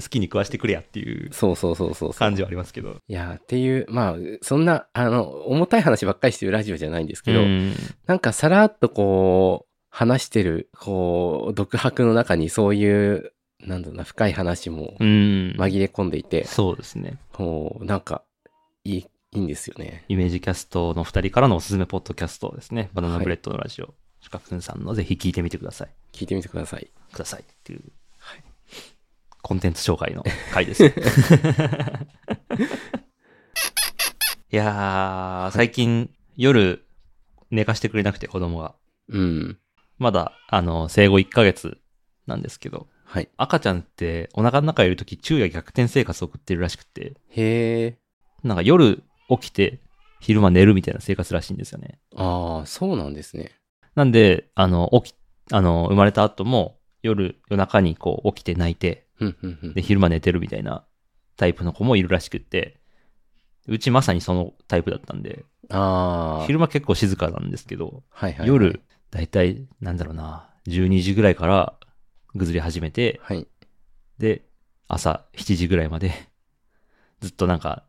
[SPEAKER 1] 好きに食わしてくれやっていう
[SPEAKER 2] そうそうそうそうそう。
[SPEAKER 1] 感じはありますけど。
[SPEAKER 2] いやー、っていう、まあ、そんな、あの、重たい話ばっかりしてるラジオじゃないんですけど、
[SPEAKER 1] うん
[SPEAKER 2] なんかさらっとこう、話してる、こう、独白の中にそういう、なんだろうな、深い話も
[SPEAKER 1] うん。
[SPEAKER 2] 紛れ込んでいて、
[SPEAKER 1] そうですね。
[SPEAKER 2] こう、なんか、いい、いいんですよね。
[SPEAKER 1] イメージキャストの2人からのおすすめポッドキャストですね。バナナブレッドのラジオ。シュカくんさんのぜひ聞いてみてください。
[SPEAKER 2] 聞いてみてください。
[SPEAKER 1] くださいっていう。コンテンツ紹介の回 です。いやー、最近夜寝かしてくれなくて子供が。
[SPEAKER 2] うん。
[SPEAKER 1] まだ、あの、生後1ヶ月なんですけど、
[SPEAKER 2] はい。
[SPEAKER 1] 赤ちゃんってお腹の中にいるとき昼夜逆転生活を送ってるらしくて、
[SPEAKER 2] へえ。
[SPEAKER 1] なんか夜起きて昼間寝るみたいな生活らしいんですよね。
[SPEAKER 2] ああ、そうなんですね。
[SPEAKER 1] なんで、あの、起き、あの、生まれた後も夜、夜中にこう起きて泣いて、
[SPEAKER 2] うん、うん、うん
[SPEAKER 1] で、。昼間寝てるみたいなタイプの子もいるらしくって、うちまさにそのタイプだったんで、
[SPEAKER 2] ああ。
[SPEAKER 1] 昼間結構静かなんですけど、
[SPEAKER 2] はいはい。
[SPEAKER 1] 夜、。だいたい、なんだろうな、12時ぐらいからぐずり始めて、
[SPEAKER 2] はい。
[SPEAKER 1] で、朝7時ぐらいまで、 ずっとなんか、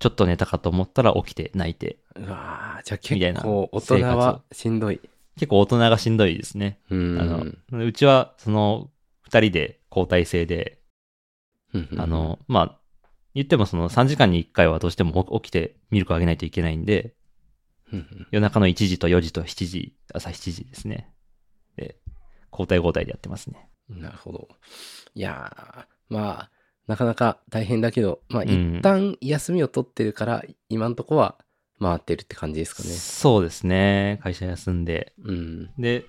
[SPEAKER 1] ちょっと寝たかと思ったら起きて泣いて、
[SPEAKER 2] うわあ、じゃあ
[SPEAKER 1] みたいな
[SPEAKER 2] 結構大人はしんどい。
[SPEAKER 1] 結構大人がしんどいですね。
[SPEAKER 2] う
[SPEAKER 1] あ
[SPEAKER 2] ん。
[SPEAKER 1] の、うちは、その、二人で交代制で、
[SPEAKER 2] うんうん
[SPEAKER 1] あ、の、まあ、言ってもその3時間に1回はどうしても起起きてミルクあげないといけないんで、
[SPEAKER 2] うんうん
[SPEAKER 1] 夜中の1時と4時と7時、朝7時ですね。で、交代交代でやってますね。
[SPEAKER 2] なるほど。いやー、まあ、なかなか大変だけど、まあ、
[SPEAKER 1] うん
[SPEAKER 2] 一旦休みを取ってるから、今んとこは回ってるって感じですかね。
[SPEAKER 1] そうですね。会社休んで。
[SPEAKER 2] うん。
[SPEAKER 1] で、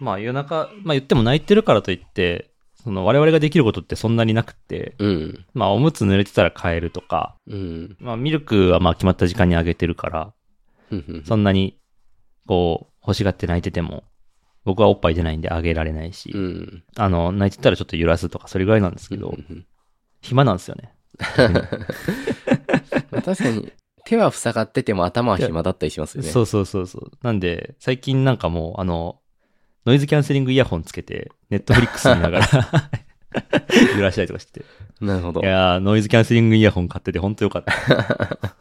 [SPEAKER 1] まあ夜中、まあ言っても泣いてるからといって、その我々ができることってそんなになくって、
[SPEAKER 2] うん。
[SPEAKER 1] まあおむつ濡れてたら変えるとか、
[SPEAKER 2] うん。
[SPEAKER 1] まあミルクはまあ決まった時間にあげてるから、
[SPEAKER 2] うん
[SPEAKER 1] そんなに、こう、欲しがって泣いてても、僕はおっぱい出ないんであげられないし、
[SPEAKER 2] うん。
[SPEAKER 1] あの、泣いてたらちょっと揺らすとか、それぐらいなんですけど、暇なんですよね。
[SPEAKER 2] まあ確かに、手は塞がってても頭は暇だったりしますよね。
[SPEAKER 1] そうそうそうそう。なんで、最近なんかもう、あの、ノイズキャンセリングイヤホンつけて、ネットフリックス見ながら、 揺らしたりとかしてて。
[SPEAKER 2] なるほど
[SPEAKER 1] い。やー、ノイズキャンセリングイヤホン買ってて、ほんとよかった。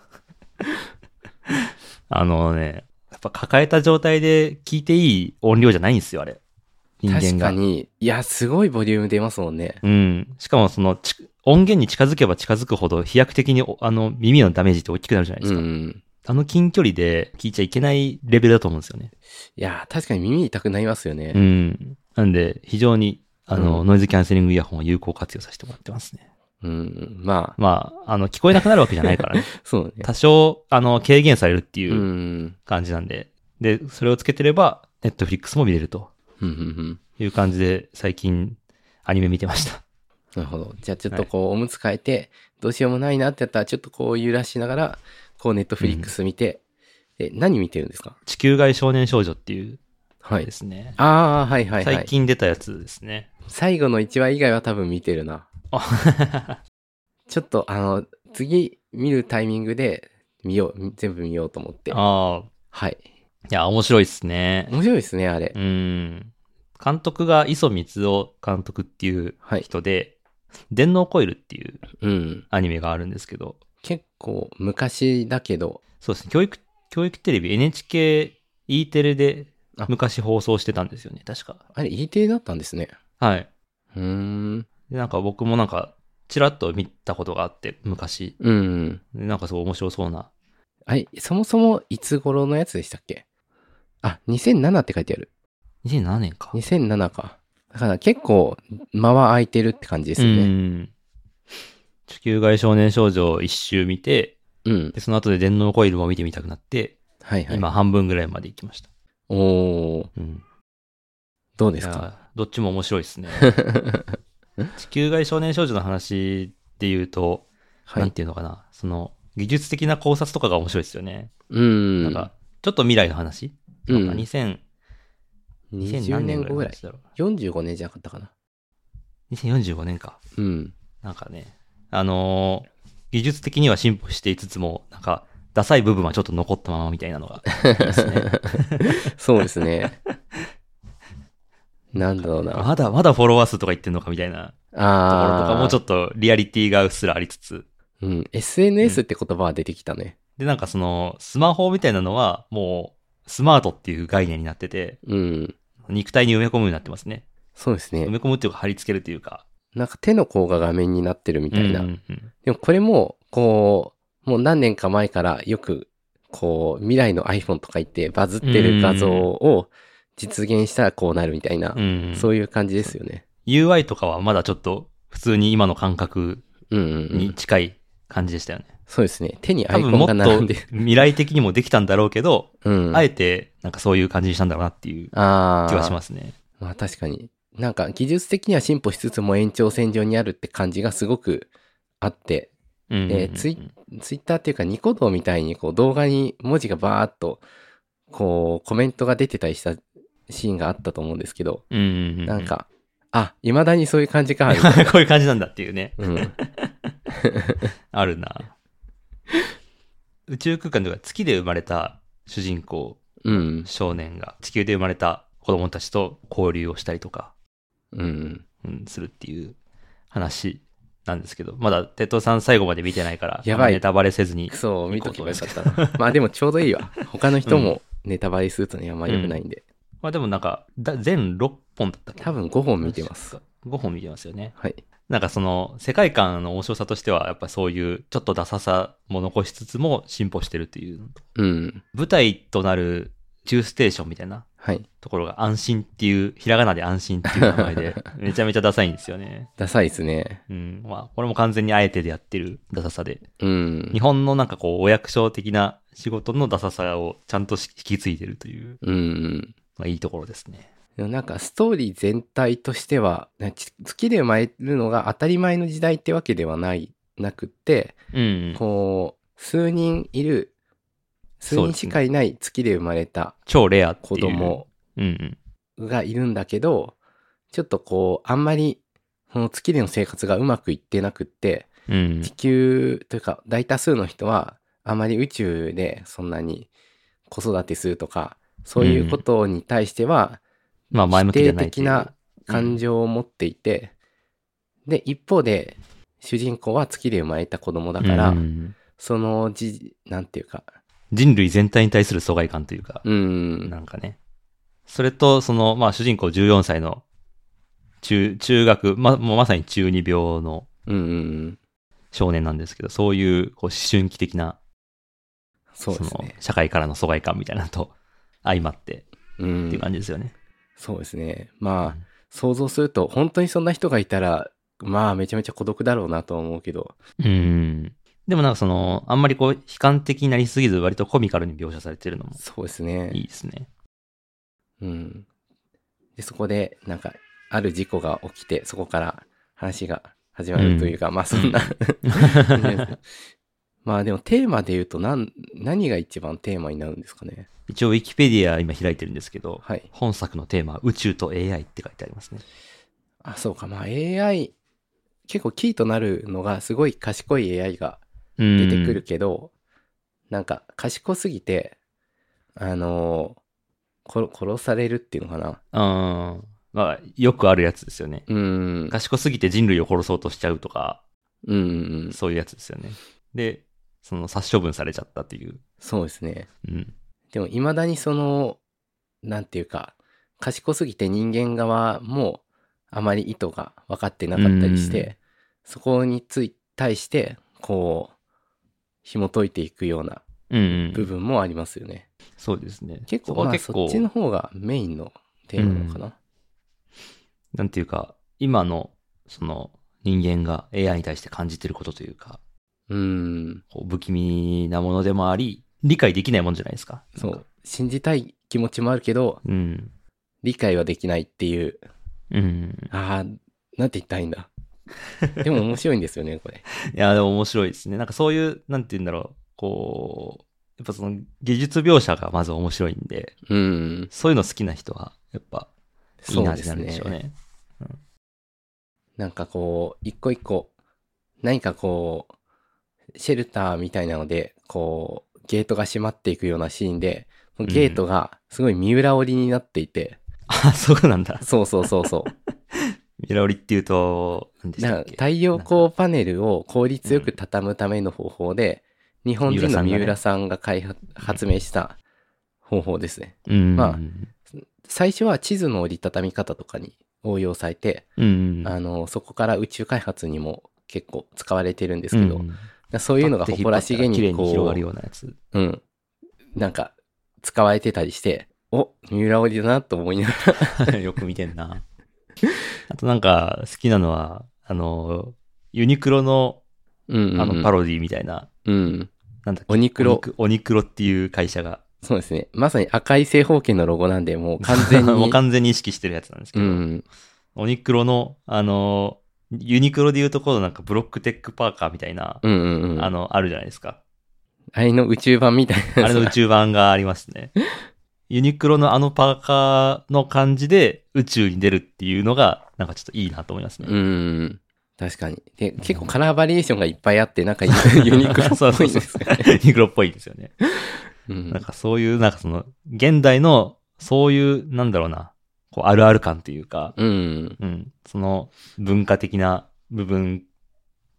[SPEAKER 1] あのね、やっぱ抱えた状態で聞いていい音量じゃないんですよ、あれ。人間が。
[SPEAKER 2] 確かに、いや、すごいボリューム出ますもんね。
[SPEAKER 1] うん。しかもそのち、音源に近づけば近づくほど飛躍的におあの耳へのダメージって大きくなるじゃないで
[SPEAKER 2] う
[SPEAKER 1] すか。
[SPEAKER 2] ん。
[SPEAKER 1] あの近距離で聞いちゃいけないレベルだと思うんですよね。
[SPEAKER 2] いや、確かに耳痛くなりますよ
[SPEAKER 1] う
[SPEAKER 2] ね。
[SPEAKER 1] ん。なんで、非常に、あの、
[SPEAKER 2] うん
[SPEAKER 1] ノイズキャンセリングイヤホンを有効活用させてもらってますね。
[SPEAKER 2] うん。ま
[SPEAKER 1] まあ、あの、聞こえなくなるわけじゃないから ね。
[SPEAKER 2] あ、そうね。
[SPEAKER 1] 多少、あの、軽減されるって
[SPEAKER 2] う。
[SPEAKER 1] いうん感じなんで。で、それをつけてれば、ネットフリックスも見れると
[SPEAKER 2] うんうんうん。
[SPEAKER 1] いう感じで、最近、アニメ見てました。
[SPEAKER 2] なるほど。じゃあちょっとこう、おむつ変えて、どうしようもないなってやったら、ちょっとこう揺らしながら、こう、ネットフリックス見て、え、何見てるんですか
[SPEAKER 1] 地球外少年少女っていう
[SPEAKER 2] はい
[SPEAKER 1] で。すね。
[SPEAKER 2] ああ、はいはいはい。
[SPEAKER 1] 最近出たやつですね。
[SPEAKER 2] 最後の1話以外は多分見てるな。
[SPEAKER 1] あ
[SPEAKER 2] ちょっとあの、次見るタイミングで見よう、全部見ようと思って。
[SPEAKER 1] あー、
[SPEAKER 2] はい。
[SPEAKER 1] いや、面白いですね。
[SPEAKER 2] 面白いですね、あれ
[SPEAKER 1] う。ん。監督が磯光雄監督っていう
[SPEAKER 2] はい。
[SPEAKER 1] 人で、電脳コイルっていう
[SPEAKER 2] うん。
[SPEAKER 1] アニメがあるんですけど、
[SPEAKER 2] 結構昔だけど、
[SPEAKER 1] そうですね、教育、教育テレビ NHKE テレで
[SPEAKER 2] あ
[SPEAKER 1] 昔放送してたんですよね、確か。
[SPEAKER 2] あれ E テだったんですね。
[SPEAKER 1] はい。
[SPEAKER 2] うーん。
[SPEAKER 1] で、なんか僕もなんか、ちらっと見たことがあって、昔。
[SPEAKER 2] うん。
[SPEAKER 1] でなんかすごい面白そうな。
[SPEAKER 2] あれ、そもそもいつ頃のやつでしたっけあ、2007って書いてある。
[SPEAKER 1] 2007年か。
[SPEAKER 2] 2007か。だから結構間は空いてるって感じですよ
[SPEAKER 1] う
[SPEAKER 2] ね。
[SPEAKER 1] ん。地球外少年少女を一周見て、
[SPEAKER 2] うん。
[SPEAKER 1] で、その後で電脳コイルも見てみたくなって、
[SPEAKER 2] はいはい。
[SPEAKER 1] 今半分ぐらいまで行きました。
[SPEAKER 2] おー、
[SPEAKER 1] うん。
[SPEAKER 2] どうです
[SPEAKER 1] い
[SPEAKER 2] か
[SPEAKER 1] やどっちも面白い ですね。地球外少年少女の話で言うと、
[SPEAKER 2] は
[SPEAKER 1] なん
[SPEAKER 2] い。
[SPEAKER 1] ていうのかな、その、技術的な考察とかが面白いですよね。
[SPEAKER 2] うん。
[SPEAKER 1] なんか、ちょっと未来の話、
[SPEAKER 2] うん
[SPEAKER 1] なんか2000、2000
[SPEAKER 2] 20
[SPEAKER 1] 何年ぐらい
[SPEAKER 2] 年後
[SPEAKER 1] の
[SPEAKER 2] ぐらい
[SPEAKER 1] 話。だろ
[SPEAKER 2] 45年じゃなかったかな。
[SPEAKER 1] う。2045年か。
[SPEAKER 2] うん。
[SPEAKER 1] なんかね、あのー技術的には進歩していつつも、なんか、ダサい部分はちょっと残ったままみたいな のが、いいですね
[SPEAKER 2] そうですね。なんだろ うな。
[SPEAKER 1] まだまだフォロワー数とか言ってんのかみたいなところと
[SPEAKER 2] あ
[SPEAKER 1] か、
[SPEAKER 2] あ。
[SPEAKER 1] もうちょ
[SPEAKER 2] っ
[SPEAKER 1] っとリアリティがうっすらありつつ、
[SPEAKER 2] と。うん。SNS って言葉は出てきたね。
[SPEAKER 1] で、なんかその、スマホみたいなのは、もう、スマートっていう概念になってて、
[SPEAKER 2] うん。
[SPEAKER 1] 肉体に埋め込むようになってますね。
[SPEAKER 2] そうです
[SPEAKER 1] 埋
[SPEAKER 2] ね。
[SPEAKER 1] め込むっていうか、貼り付けるっていうか。
[SPEAKER 2] なんか手の甲が画面になってるみたいな。
[SPEAKER 1] うんうん
[SPEAKER 2] でもこれも、こう、もう何年か前からよく、こう、未来の iPhone とか言ってバズってる画像を実現したらこうなるみたいな
[SPEAKER 1] う、んうん
[SPEAKER 2] そういう感じですよね。
[SPEAKER 1] UI とかはまだちょっと、普通に今の感覚
[SPEAKER 2] うんうんう
[SPEAKER 1] に
[SPEAKER 2] ん。
[SPEAKER 1] 近い感じでしたよね。
[SPEAKER 2] そうですね。手にア
[SPEAKER 1] 多
[SPEAKER 2] イコ
[SPEAKER 1] 分
[SPEAKER 2] ン
[SPEAKER 1] も
[SPEAKER 2] が
[SPEAKER 1] っ
[SPEAKER 2] 並
[SPEAKER 1] と
[SPEAKER 2] んでる。
[SPEAKER 1] 未来的にもできたんだろうけど、
[SPEAKER 2] うん。
[SPEAKER 1] あえてなんかそういう感じにしたんだろうなっていう
[SPEAKER 2] ああ。
[SPEAKER 1] 気はしますね。
[SPEAKER 2] まあ確かに。なんか技術的には進歩しつつも延長線上にあるって感じがすごくあって、
[SPEAKER 1] うんうんうん
[SPEAKER 2] えーツイツイッターっていうかニコ動みたいにこう動画に文字がバーっとこうコメントが出てたりしたシーンがあったと思うんですけど、
[SPEAKER 1] うんうんう
[SPEAKER 2] なん、か、あ、未だにそういう感じか、みた い
[SPEAKER 1] こういう感じなんだっていうね。
[SPEAKER 2] な。 うん。
[SPEAKER 1] あるな。宇宙空間というか月で生まれた主人公、
[SPEAKER 2] うん。
[SPEAKER 1] 少年が地球で生まれた子供たちと交流をしたりとか、
[SPEAKER 2] うん。
[SPEAKER 1] うん、するっていう話なんですけど、まだテッドさん最後まで見てないから、
[SPEAKER 2] やばい
[SPEAKER 1] ネタバレせずに
[SPEAKER 2] ク。ソ、見とけばよかったな。まあでもちょうどいいわ。他の人もネタバレするとね、あんま良くないんで。
[SPEAKER 1] まあでもなんか、だ全6本だったっけ
[SPEAKER 2] 多分5本見てます。。
[SPEAKER 1] 5本見てますよね。
[SPEAKER 2] はい。
[SPEAKER 1] なんかその世界観の面白さとしてはやっぱそういうちょっとダサさも残しつつも進歩してるっていう
[SPEAKER 2] うん。
[SPEAKER 1] 舞台となる中ステーションみたいな
[SPEAKER 2] はい。
[SPEAKER 1] ところが安心っていうひらがなで安心っていう名前 でめちゃめちゃダサいんですよね。
[SPEAKER 2] ダサいですね。
[SPEAKER 1] うん。まあこれも完全にあえてでやってるダサさで
[SPEAKER 2] うん
[SPEAKER 1] 日。本のなんかこうお役所的な仕事のダサさをちゃんと引き継いでるという、
[SPEAKER 2] うん。
[SPEAKER 1] まあ、いいところですね。
[SPEAKER 2] でもなんかストーリー全体としては、なち月で生まれるのが当たり前の時代ってわけではない、なくって、
[SPEAKER 1] うん。
[SPEAKER 2] こう、数人いる、数
[SPEAKER 1] そう
[SPEAKER 2] 人
[SPEAKER 1] ですね
[SPEAKER 2] しかいない月で生まれた
[SPEAKER 1] 超レアっていう。
[SPEAKER 2] 子供
[SPEAKER 1] うんうん。
[SPEAKER 2] がいるんだけど、ちょっとこう、あんまり、その月での生活がうまくいってなくって、
[SPEAKER 1] うん
[SPEAKER 2] 地球というか大多数の人はあまり宇宙でそんなに子育てするとかそういうことに対しては
[SPEAKER 1] まあ前
[SPEAKER 2] 否
[SPEAKER 1] 向きじ
[SPEAKER 2] 定
[SPEAKER 1] ゃないって
[SPEAKER 2] 的
[SPEAKER 1] いう
[SPEAKER 2] な感情を持っていて、で一方で主人公は月で生まれた子供だから、
[SPEAKER 1] うん
[SPEAKER 2] そのじなんていうか
[SPEAKER 1] 人類全体に対する疎外感というか、
[SPEAKER 2] うん
[SPEAKER 1] なんかね。それと、その、まあ主人公14歳の中、中学、ま、もうまさに中二病の
[SPEAKER 2] うんうん
[SPEAKER 1] 少年なんですけど、そういうこう思春期的な、
[SPEAKER 2] そうです
[SPEAKER 1] その
[SPEAKER 2] ね
[SPEAKER 1] 社会からの疎外感みたいなのと相まってって
[SPEAKER 2] う
[SPEAKER 1] いうん感じですよね。
[SPEAKER 2] そうですねまあ想像すると本当にそんな人がいたらまあめちゃめちゃ孤独だろうなとは思うけど
[SPEAKER 1] うん。でもなんかその、あんまりこう悲観的になりすぎず割とコミカルに描写されてるのも
[SPEAKER 2] そうですね
[SPEAKER 1] いいですね。。
[SPEAKER 2] うん。で、そこで、なんか、ある事故が起きて、そこから話が始まるというか、まあそんな、
[SPEAKER 1] うん
[SPEAKER 2] まあでもテーマで言うと何、何が一番テーマになるんですかね。
[SPEAKER 1] 一応、ウィキペディア今開いてるんですけど、
[SPEAKER 2] はい。
[SPEAKER 1] 本作のテーマは宇宙と AI って書いてありますね。
[SPEAKER 2] あ、そうか。まあ AI、結構キーとなるのがすごい賢い AI が出
[SPEAKER 1] 出
[SPEAKER 2] てくる。けど、なんか賢すぎて、あのー殺、殺されるっていうのかな。
[SPEAKER 1] うん。まあ、よくあるやつですよね。
[SPEAKER 2] うん。
[SPEAKER 1] 賢すぎて人類を殺そうとしちゃうとか、
[SPEAKER 2] うんうん。
[SPEAKER 1] そういうやつですよね。で、その殺処分されちゃったっていう。
[SPEAKER 2] そうですね。
[SPEAKER 1] うん。
[SPEAKER 2] でも未だにその、なんていうか、賢すぎて人間側もあまり意図が分かってなかったりして、そこについ、対して、こう、紐解いていくような
[SPEAKER 1] うん、う
[SPEAKER 2] 部
[SPEAKER 1] ん。
[SPEAKER 2] 分もありますよね。
[SPEAKER 1] そうですね。
[SPEAKER 2] 結
[SPEAKER 1] そ
[SPEAKER 2] 構、
[SPEAKER 1] こは
[SPEAKER 2] まあ
[SPEAKER 1] 結
[SPEAKER 2] そ
[SPEAKER 1] 構
[SPEAKER 2] っちの方がメインのテーマなのかな。
[SPEAKER 1] なんていうか、今の、その、人間が AI に対して感じてることというか、
[SPEAKER 2] うん。
[SPEAKER 1] こう不気味なものでもあり、理解できないもんじゃないですか。
[SPEAKER 2] そ
[SPEAKER 1] なんか
[SPEAKER 2] う。。信じたい気持ちもあるけど、
[SPEAKER 1] うん。
[SPEAKER 2] 理解はできないっていう、
[SPEAKER 1] うん。
[SPEAKER 2] ああ、なんて言ったらいい んだ。でも面白いんですよね、これ。
[SPEAKER 1] いや、でも面白いですね。なんかそういう、なんて言うんだろう、こう、やっぱその技術描写がまず面白いんで、
[SPEAKER 2] うん。
[SPEAKER 1] そういうの好きな人は、やっぱ、いい
[SPEAKER 2] そう
[SPEAKER 1] なっ
[SPEAKER 2] で
[SPEAKER 1] てな
[SPEAKER 2] す
[SPEAKER 1] るんでし
[SPEAKER 2] ね
[SPEAKER 1] ょう。ね。
[SPEAKER 2] なんかこう、一個一個、何かこう、シェルターみたいなので、こう、ゲートが閉まっていくようなシーンで、
[SPEAKER 1] ん
[SPEAKER 2] ゲートがすごい三浦織りになっていて、
[SPEAKER 1] あ、そうなんだ。
[SPEAKER 2] そうそうそうそ
[SPEAKER 1] ミラオリっていうと、何で
[SPEAKER 2] う。
[SPEAKER 1] し
[SPEAKER 2] だ
[SPEAKER 1] た
[SPEAKER 2] から
[SPEAKER 1] っけ
[SPEAKER 2] 太陽光パネルを効率よく畳むための方法で、日本人の
[SPEAKER 1] 三
[SPEAKER 2] 三
[SPEAKER 1] 浦
[SPEAKER 2] 浦さんが開発、発明した方法ですね。
[SPEAKER 1] うん。
[SPEAKER 2] まあ
[SPEAKER 1] うん
[SPEAKER 2] 最初は地図の折りたたみ方とかに応用されて、
[SPEAKER 1] うん。
[SPEAKER 2] あの、そこから宇宙開発にも結構使われてるんですけど、
[SPEAKER 1] うん
[SPEAKER 2] そういうのが誇らしげ
[SPEAKER 1] パッて
[SPEAKER 2] に
[SPEAKER 1] 引っ張ったら綺麗に広
[SPEAKER 2] こ
[SPEAKER 1] がるようなやつ。
[SPEAKER 2] う、うん、なんか使われてたりして、お、三浦織だなと思いなが ら。
[SPEAKER 1] よく見てんな。あとなんか、好きなのは、あの、ユニクロの、
[SPEAKER 2] うんうんうん、
[SPEAKER 1] あの、パロディみたいな、
[SPEAKER 2] うん。
[SPEAKER 1] なんだっけ
[SPEAKER 2] オニクロ。
[SPEAKER 1] オニクロっていう会社が、
[SPEAKER 2] そうですね。まさに赤い正方形のロゴなんで、もう完全 に。
[SPEAKER 1] もう完全に意識してるやつなんですけ
[SPEAKER 2] う
[SPEAKER 1] ど、
[SPEAKER 2] ん。
[SPEAKER 1] オニクロの、あの、ユニクロでいうところのなんかブロックテックパーカーみたいな、
[SPEAKER 2] うんうんうん。
[SPEAKER 1] あ
[SPEAKER 2] あの、
[SPEAKER 1] の、あるじゃないです か。
[SPEAKER 2] あれの宇宙版みたいな。
[SPEAKER 1] あれの宇宙版がありますね。ユニクロのあのパーカーの感じで宇宙に出るっていうのが、なんかちょっといいなと思いますね。
[SPEAKER 2] うん。確かに。で、結構カラーバリエーションがいっぱいあって、なんか ユニクロっぽいですよ ね。
[SPEAKER 1] ユニクロっぽいですよね。
[SPEAKER 2] うん
[SPEAKER 1] なんかそういう、なんかその、現代の、そういう、なんだろうな、こう、あるある感というか、
[SPEAKER 2] うん。
[SPEAKER 1] うん、その文化的な部分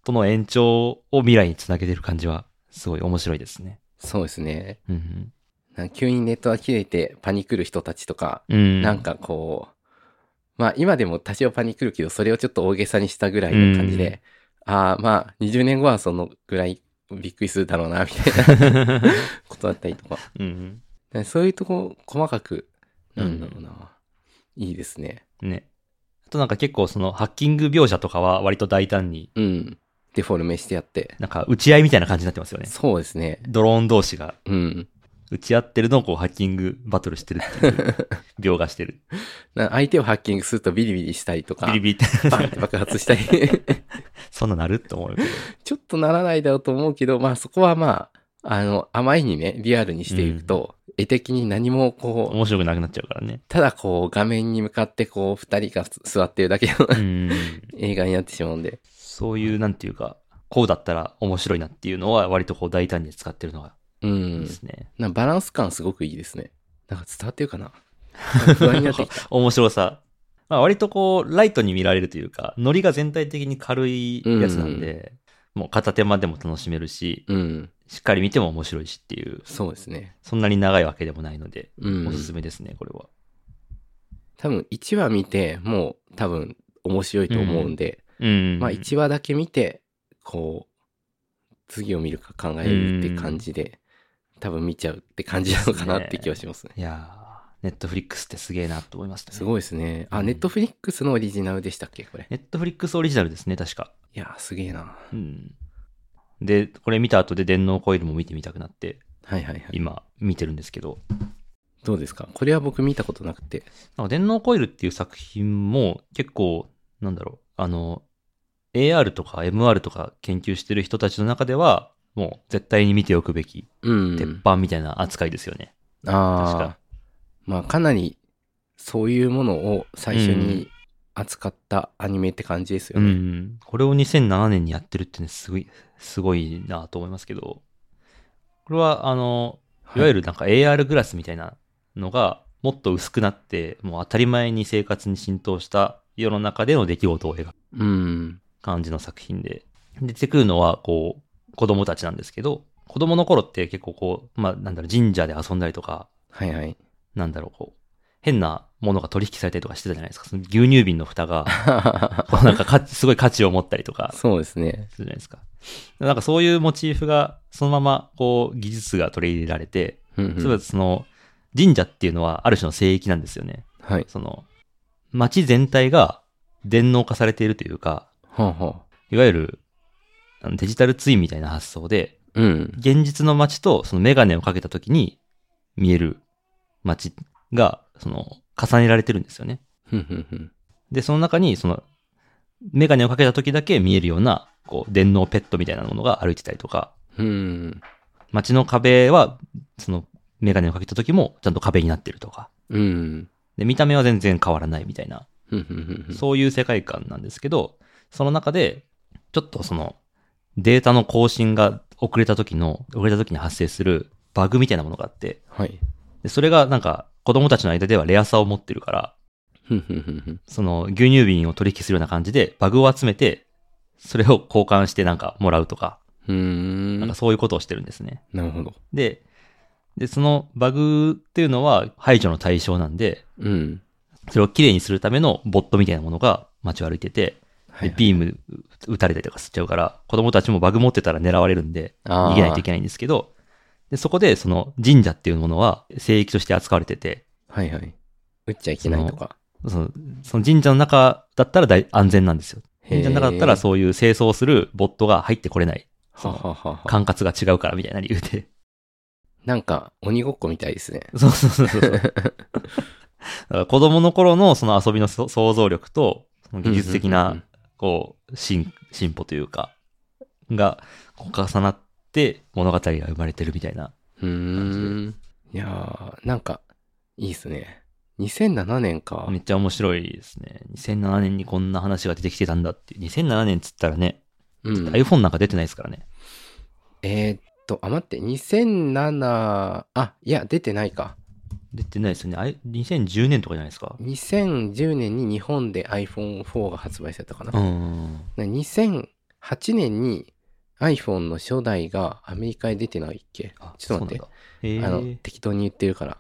[SPEAKER 1] との延長を未来につなげてる感じは、すごい面白いですね。
[SPEAKER 2] そうですね。
[SPEAKER 1] うん
[SPEAKER 2] なんか急にネットが切れてパニクる人たちとか、
[SPEAKER 1] うん。うん。
[SPEAKER 2] なんかこう、まあ今でも多少パニクるけど、それをちょっと大げさにしたぐらいの感じで、ああ、まあ20年後はそのぐらいびっくりするだろうな、みたいな ことだったりとか。
[SPEAKER 1] うん。
[SPEAKER 2] でそういうとこ、細かく、なんだろうな。いいですね。
[SPEAKER 1] ね。あとなんか結構その、ハッキング描写とかは割と大胆に、
[SPEAKER 2] うん。デフォルメしてやって。
[SPEAKER 1] なんか打ち合いみたいな感じになってますよね。
[SPEAKER 2] そうですね。
[SPEAKER 1] ドローン同士が
[SPEAKER 2] うん。
[SPEAKER 1] 打ち合ってるのをこう、ハッキングバトルしてるっていう、描画して る。
[SPEAKER 2] な相手をハッキングするとビリビリしたりとか、
[SPEAKER 1] ビリビリって、
[SPEAKER 2] バンって爆発したり。
[SPEAKER 1] そんななると思うけど。
[SPEAKER 2] ちょっとならないだろうと思うけど、まあそこはまあ、あの、あまりにね、リアルにしていくと、絵的に何もこう、
[SPEAKER 1] 面白くなくなっちゃうからね。
[SPEAKER 2] ただこう画面に向かってこう、二人が座ってるだけの
[SPEAKER 1] うん。
[SPEAKER 2] 映画になってしまうんで。
[SPEAKER 1] そういう、なんていうか、こうだったら面白いなっていうのは割とこう大胆に使ってるのが
[SPEAKER 2] う
[SPEAKER 1] いい
[SPEAKER 2] ん
[SPEAKER 1] で。すね。
[SPEAKER 2] なんかバランス感すごくいいですね。なんか伝わってるかななんか不安になって きた。
[SPEAKER 1] 面白さ。まあ割とこう、ライトに見られるというか、ノリが全体的に軽いやつなんで、もう片手間でも楽しめるし、
[SPEAKER 2] うん。
[SPEAKER 1] しっかり見ても面白いしっていう、
[SPEAKER 2] そうですね。
[SPEAKER 1] そんなに長いわけでもないので、
[SPEAKER 2] うん。
[SPEAKER 1] おすすめですね、これは。
[SPEAKER 2] 多分1話見て、もう多分面白いと思うんで、
[SPEAKER 1] うん。
[SPEAKER 2] まあ1話だけ見て、こう、次を見るか考えるって感じで、多分見ちゃうって感じなのかなって気はしますね。
[SPEAKER 1] いやー、ネットフリックスってすげえなと思いました、
[SPEAKER 2] す
[SPEAKER 1] い。
[SPEAKER 2] ごいですね。あ、
[SPEAKER 1] うん
[SPEAKER 2] ネットフリックスのオリジナルでしたっけこれ。
[SPEAKER 1] ネットフリックスオリジナルですね、確か。
[SPEAKER 2] いやー、すげえな。
[SPEAKER 1] うん。で、これ見た後で電脳コイルも見てみたくなって、
[SPEAKER 2] はいはいはい。
[SPEAKER 1] 今見てるんですけど、
[SPEAKER 2] どうですかこれは僕見たことなくて。
[SPEAKER 1] なんか電脳コイルっていう作品も結構、なんだろう、あの、AR とか MR とか研究してる人たちの中では、もう絶対に見ておくべき
[SPEAKER 2] うん。
[SPEAKER 1] 鉄板みたいな扱いですよね。確
[SPEAKER 2] あ
[SPEAKER 1] か
[SPEAKER 2] あ。まあ、かなり、そういうものを最初に扱ったアニメって感じですよ
[SPEAKER 1] うん、
[SPEAKER 2] ね。
[SPEAKER 1] これを2007年にやってるってね、すごい、すごいなと思いますけど、これはあの、いわゆ
[SPEAKER 2] る、
[SPEAKER 1] るなんか AR グラスみたいなのがもっと薄くなって、もう当たり前に生活に浸透した世の中での出来事を描く
[SPEAKER 2] うん。
[SPEAKER 1] 感じの作品で。出てくるのは、こう、子供たちなんですけど、子供の頃って結構こう、まあ、なんだろう、神社で遊んだりとか、
[SPEAKER 2] はい はい。
[SPEAKER 1] なんだろう、こう、変なものが取引されたりとかしてたじゃないですか。その牛乳瓶の蓋が、こうなんかか、すごい価値を持ったりとか、
[SPEAKER 2] そうです
[SPEAKER 1] す
[SPEAKER 2] ね。
[SPEAKER 1] るじゃないですか。なんかそういうモチーフが、そのまま、こう、技術が取り入れられて、
[SPEAKER 2] うん
[SPEAKER 1] そ
[SPEAKER 2] う
[SPEAKER 1] ういえば
[SPEAKER 2] ん
[SPEAKER 1] その、神社っていうのはある種の聖域なんですよね。
[SPEAKER 2] はい。
[SPEAKER 1] その、街全体が電脳化されているというか、
[SPEAKER 2] はあ、はい
[SPEAKER 1] わゆる、あのデジタルツインみたいな発想で、
[SPEAKER 2] あ。うん。
[SPEAKER 1] 現実の街とそのメガネをかけた時に見える街が、その、重ねられてるんですよね。
[SPEAKER 2] ふんふんふん
[SPEAKER 1] で、その中に、その、メガネをかけた時だけ見えるような、こう、電脳ペットみたいなものが歩いてたりとか、
[SPEAKER 2] うん。
[SPEAKER 1] 街の壁は、その、メガネをかけた時もちゃんと壁になってるとか、
[SPEAKER 2] うん。
[SPEAKER 1] で、見た目は全然変わらないみたいな、
[SPEAKER 2] ふんふんふんふん
[SPEAKER 1] そういう世界観なんですけど、その中で、ちょっとその、データの更新が遅れた時の、遅れた時に発生するバグみたいなものがあって、
[SPEAKER 2] はい。
[SPEAKER 1] でそれがなんか子供たちの間ではレアさを持ってるから、
[SPEAKER 2] ふんふんふんふん
[SPEAKER 1] その牛乳瓶を取引するような感じでバグを集めて、それを交換してなんかもらうとか、
[SPEAKER 2] うーん。
[SPEAKER 1] なんかそういうことをしてるんですね。
[SPEAKER 2] なるほど。
[SPEAKER 1] で、で、そのバグっていうのは排除の対象なんで、
[SPEAKER 2] うん。
[SPEAKER 1] それをきれいにするためのボットみたいなものが街を歩いてて、
[SPEAKER 2] はい
[SPEAKER 1] で、ビーム撃たれたりとかしちゃうから、子供たちもバグ持ってたら狙われるんで、逃げないといけないんですけど、で、そこで、その神社っていうものは聖域として扱われてて、
[SPEAKER 2] はいはい。打っちゃいけないとか。
[SPEAKER 1] そのその神社の中だったら大安全なんですよ。
[SPEAKER 2] へ
[SPEAKER 1] 神
[SPEAKER 2] ー
[SPEAKER 1] 社の中だったらそういう清掃するボットが入ってこれない。
[SPEAKER 2] はははは。
[SPEAKER 1] 管轄が違うからみたいな理由で。
[SPEAKER 2] なんか、鬼ごっこみたいですね。
[SPEAKER 1] そうそうそうそう。だから子供の頃のその遊びのそ想像力と、その技術的
[SPEAKER 2] うんうんうん
[SPEAKER 1] な、こう、進進歩というか、が、こう重なって物語が生まれてるみたいな。
[SPEAKER 2] うーん。いやー、なんか、いいですね。2007年か。
[SPEAKER 1] めっちゃ面白いですね。2007年にこんな話が出てきてたんだっていう。2007年っつったらね、
[SPEAKER 2] うん。
[SPEAKER 1] iPhone なんか出てないですからね。
[SPEAKER 2] えーっと、あ、待って、2007、あ、いや、出てないか。
[SPEAKER 1] 出てないですよね。あい2010年とかじゃないですか。
[SPEAKER 2] 2010年に日本で iPhone4 が発売されたかな。
[SPEAKER 1] うーん。
[SPEAKER 2] な2008年に iPhone の初代がアメリカへ出てないっけ
[SPEAKER 1] あ
[SPEAKER 2] ちょっと待って。
[SPEAKER 1] そうな
[SPEAKER 2] あ
[SPEAKER 1] んだへ
[SPEAKER 2] の
[SPEAKER 1] ー、
[SPEAKER 2] 適当に言ってるから。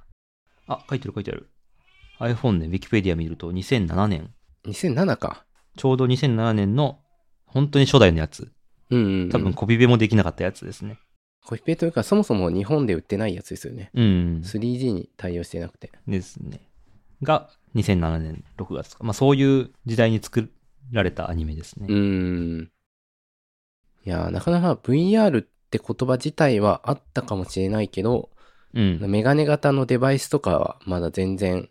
[SPEAKER 1] あ、書いてる書いてある。iPhone で Wikipedia 見ると2007年。
[SPEAKER 2] 2007か。
[SPEAKER 1] ちょうど2007年の本当に初代のやつ。
[SPEAKER 2] うん、うんうん。
[SPEAKER 1] 多分コピペもできなかったやつですね。
[SPEAKER 2] コピペというか、そもそも日本で売ってないやつですよね。
[SPEAKER 1] うん。
[SPEAKER 2] 3G に対応してなくて。
[SPEAKER 1] ですね。が、2007年6月とか。まあそういう時代に作られたアニメですね。
[SPEAKER 2] うーん。いやー、なかなか VR って言葉自体はあったかもしれないけど、
[SPEAKER 1] うん。
[SPEAKER 2] メガネ型のデバイスとかはまだ全然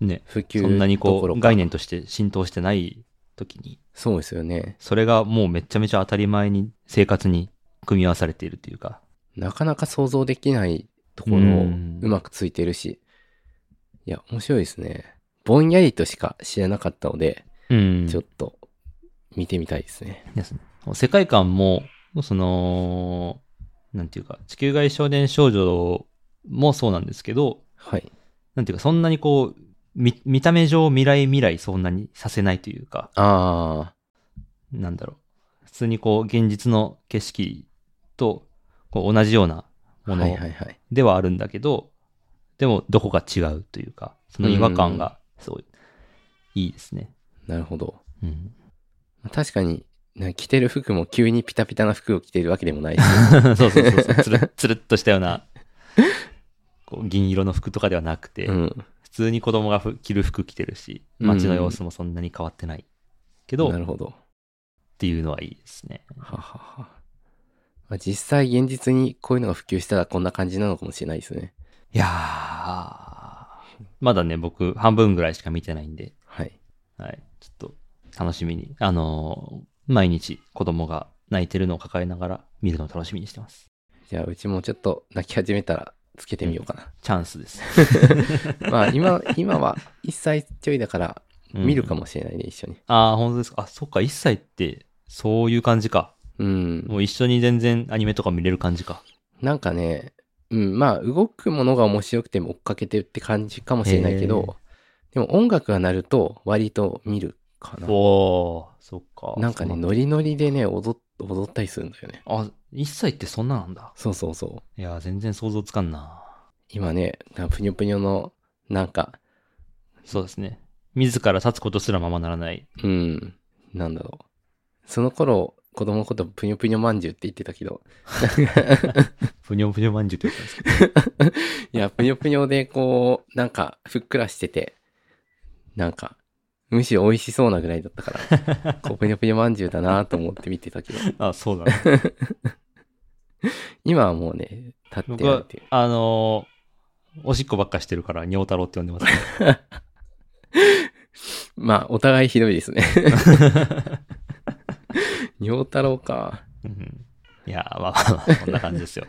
[SPEAKER 1] ね。
[SPEAKER 2] 普及
[SPEAKER 1] そんなに
[SPEAKER 2] ど
[SPEAKER 1] こ
[SPEAKER 2] ころ
[SPEAKER 1] う、
[SPEAKER 2] か
[SPEAKER 1] 概念として浸透してない時に、
[SPEAKER 2] そうですよね。
[SPEAKER 1] それがもうめちゃめちゃ当たり前に生活に組み合わされているというか。
[SPEAKER 2] なかなか想像できないところ
[SPEAKER 1] う
[SPEAKER 2] を
[SPEAKER 1] ん
[SPEAKER 2] うまくついてるし、いや、面白いですね。ぼんやりとしか知らなかったので、
[SPEAKER 1] うん。
[SPEAKER 2] ちょっと見てみたいですね。
[SPEAKER 1] ですね。世界観も、その、なんていうか、地球外少年少女もそうなんですけど、
[SPEAKER 2] はい。
[SPEAKER 1] なんていうか、そんなにこう、み見た目上未来未来そんなにさせないというか、
[SPEAKER 2] あ
[SPEAKER 1] なんだろう。普通にこう、現実の景色とこう同じような
[SPEAKER 2] ー、
[SPEAKER 1] も
[SPEAKER 2] はい
[SPEAKER 1] の
[SPEAKER 2] はいはい。
[SPEAKER 1] ではあるんだけど、でもどこか違うというか、その違和感がすごいいいですね。
[SPEAKER 2] なるほど。
[SPEAKER 1] うん。
[SPEAKER 2] 確かに、な着てる服も急にピタピタな服を着てるわけでもないし、
[SPEAKER 1] そうそうそうそう。つる、 つるっとしたような、こう、銀色の服とかではなく て、
[SPEAKER 2] うん。
[SPEAKER 1] 普通に子供がふ着る服着てるし、街の様子もそんなに変わってない。けど、
[SPEAKER 2] な
[SPEAKER 1] っ
[SPEAKER 2] るほど。
[SPEAKER 1] ていうのはいいですね。
[SPEAKER 2] ははは。まあ実際現実にこういうのが普及したらこんな感じなのかもしれないですね。
[SPEAKER 1] いやー、まだね、僕、半分ぐらいしか見てないんで、
[SPEAKER 2] はい。
[SPEAKER 1] はい。ちょっと、楽しみに。あのー毎日子供が泣いてるのを抱えながら、見るのを楽しみにしてます。
[SPEAKER 2] じゃあ、うちもちょっと泣き始めたらつけてみようか
[SPEAKER 1] チャンスです。
[SPEAKER 2] な。まあ、今、今は1歳ちょいだから、
[SPEAKER 1] うん
[SPEAKER 2] 見るかもしれないね、一緒に。
[SPEAKER 1] ああ、本当ですか。あ、そっか、1歳って、そういう感じか。
[SPEAKER 2] うん。
[SPEAKER 1] もう一緒に全然アニメとか見れる感じか。
[SPEAKER 2] なんかね、うん、まあ、動くものが面白くても追っかけてるって感じかもしれないけど、でも音楽が鳴ると割と見るかな
[SPEAKER 1] お。おーそっか。
[SPEAKER 2] なんかね、
[SPEAKER 1] そう
[SPEAKER 2] ノリノリでね、踊っ踊ったりするんだよね。
[SPEAKER 1] あ、1歳ってそんななんだ。
[SPEAKER 2] そうそうそう。
[SPEAKER 1] いやー、全然想像つかんな。
[SPEAKER 2] 今ね、なんかぷにょぷにょの、なんか、
[SPEAKER 1] そうですね。自ら立つことすらままならない。
[SPEAKER 2] うん、なんだろう。その頃、子供のことぷにょぷにょまんじゅうって言ってた けど、
[SPEAKER 1] ふにょふにょまんじゅうって言ったんです けど。
[SPEAKER 2] いや、ぷにょぷにょでこう、なんか、ふっくらしてて、なんか、むしろ美味しそうなぐらいだっ たから、こう、ぷにょぷにょまんじゅうだなと思って見てたけど、
[SPEAKER 1] あ、そうだね。
[SPEAKER 2] 今はもうね、立って
[SPEAKER 1] 僕
[SPEAKER 2] やる
[SPEAKER 1] は
[SPEAKER 2] っていう。、
[SPEAKER 1] あのーおしっこばっかしてるから、尿太郎って呼んでます、ね。
[SPEAKER 2] まあ、お互いひど いですね。尿太郎か。
[SPEAKER 1] うんいやー、まあまあまあ、そんな感じですよ。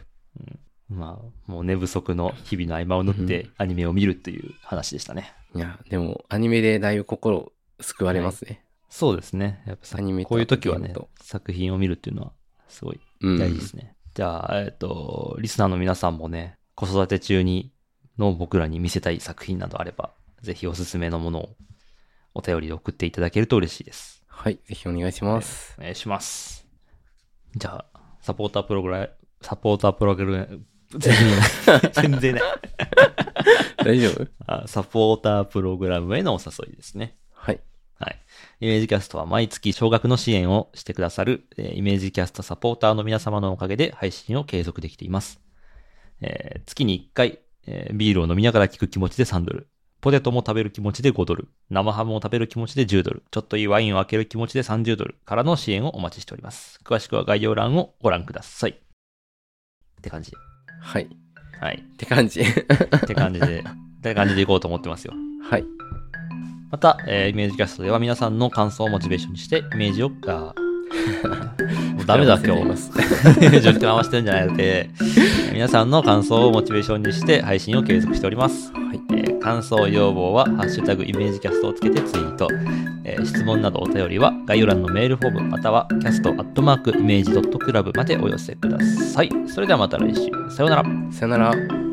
[SPEAKER 1] うんまあ、もう寝不足の日々の合間を縫ってアニメを見るという話でしたね。
[SPEAKER 2] いや、でも、アニメでだいぶ心救われますね。
[SPEAKER 1] そうですね。やっぱさ
[SPEAKER 2] アニメと
[SPEAKER 1] こういう時は
[SPEAKER 2] ゲ
[SPEAKER 1] ね
[SPEAKER 2] ームと、
[SPEAKER 1] 作品を見るっていうのはすごい
[SPEAKER 2] うん。
[SPEAKER 1] 大事ですね。じゃあ、えっ、と、リスナーの皆さんもね、子育て中にの僕らに見せたい作品などあれば、ぜひおすすめのものをお便りで送っていただけると嬉しいです。
[SPEAKER 2] はい、ぜひお願い します。
[SPEAKER 1] お願いします。じゃあ、サポータープログラ、サポータープログラ、全然ない。全然ない。
[SPEAKER 2] 大丈夫
[SPEAKER 1] あサポータープログラムへのお誘いですね。
[SPEAKER 2] はい。
[SPEAKER 1] はい。イメージキャストは毎月少額の支援をしてくださる、えーイメージキャストサポーターの皆様のおかげで配信を継続できています。えー月に1回、えービールを飲みながら聞く気持ちで3ドル。ポテトも食べる気持ちで5ドル。生ハムを食べる気持ちで10ドル。ちょっといいワインを開ける気持ちで30ドルからの支援をお待ちしております。詳しくは概要欄をご覧ください。って感じ。
[SPEAKER 2] はい。っ
[SPEAKER 1] はい。
[SPEAKER 2] て感じ。
[SPEAKER 1] って感じで、って感じでいこうと思ってますよ。
[SPEAKER 2] はい。
[SPEAKER 1] また、えーイメージキャストでは皆さんの感想をモチベーションにして、イメージを、あーもうダメだ、今
[SPEAKER 2] 膨らま
[SPEAKER 1] 日。
[SPEAKER 2] せて
[SPEAKER 1] 順調に回してるんじゃないので、皆さんの感想をモチベーションにして配信を継続しております。
[SPEAKER 2] います。
[SPEAKER 1] えー感想要望は、ハッシュタグイメージキャストをつけてツイート。えー質問などお便りは、概要欄のメールフォーム、または、キャストアットマークイメージドットクラブまでお寄せください。それではまた来週。さようなら。
[SPEAKER 2] はい。さよなら。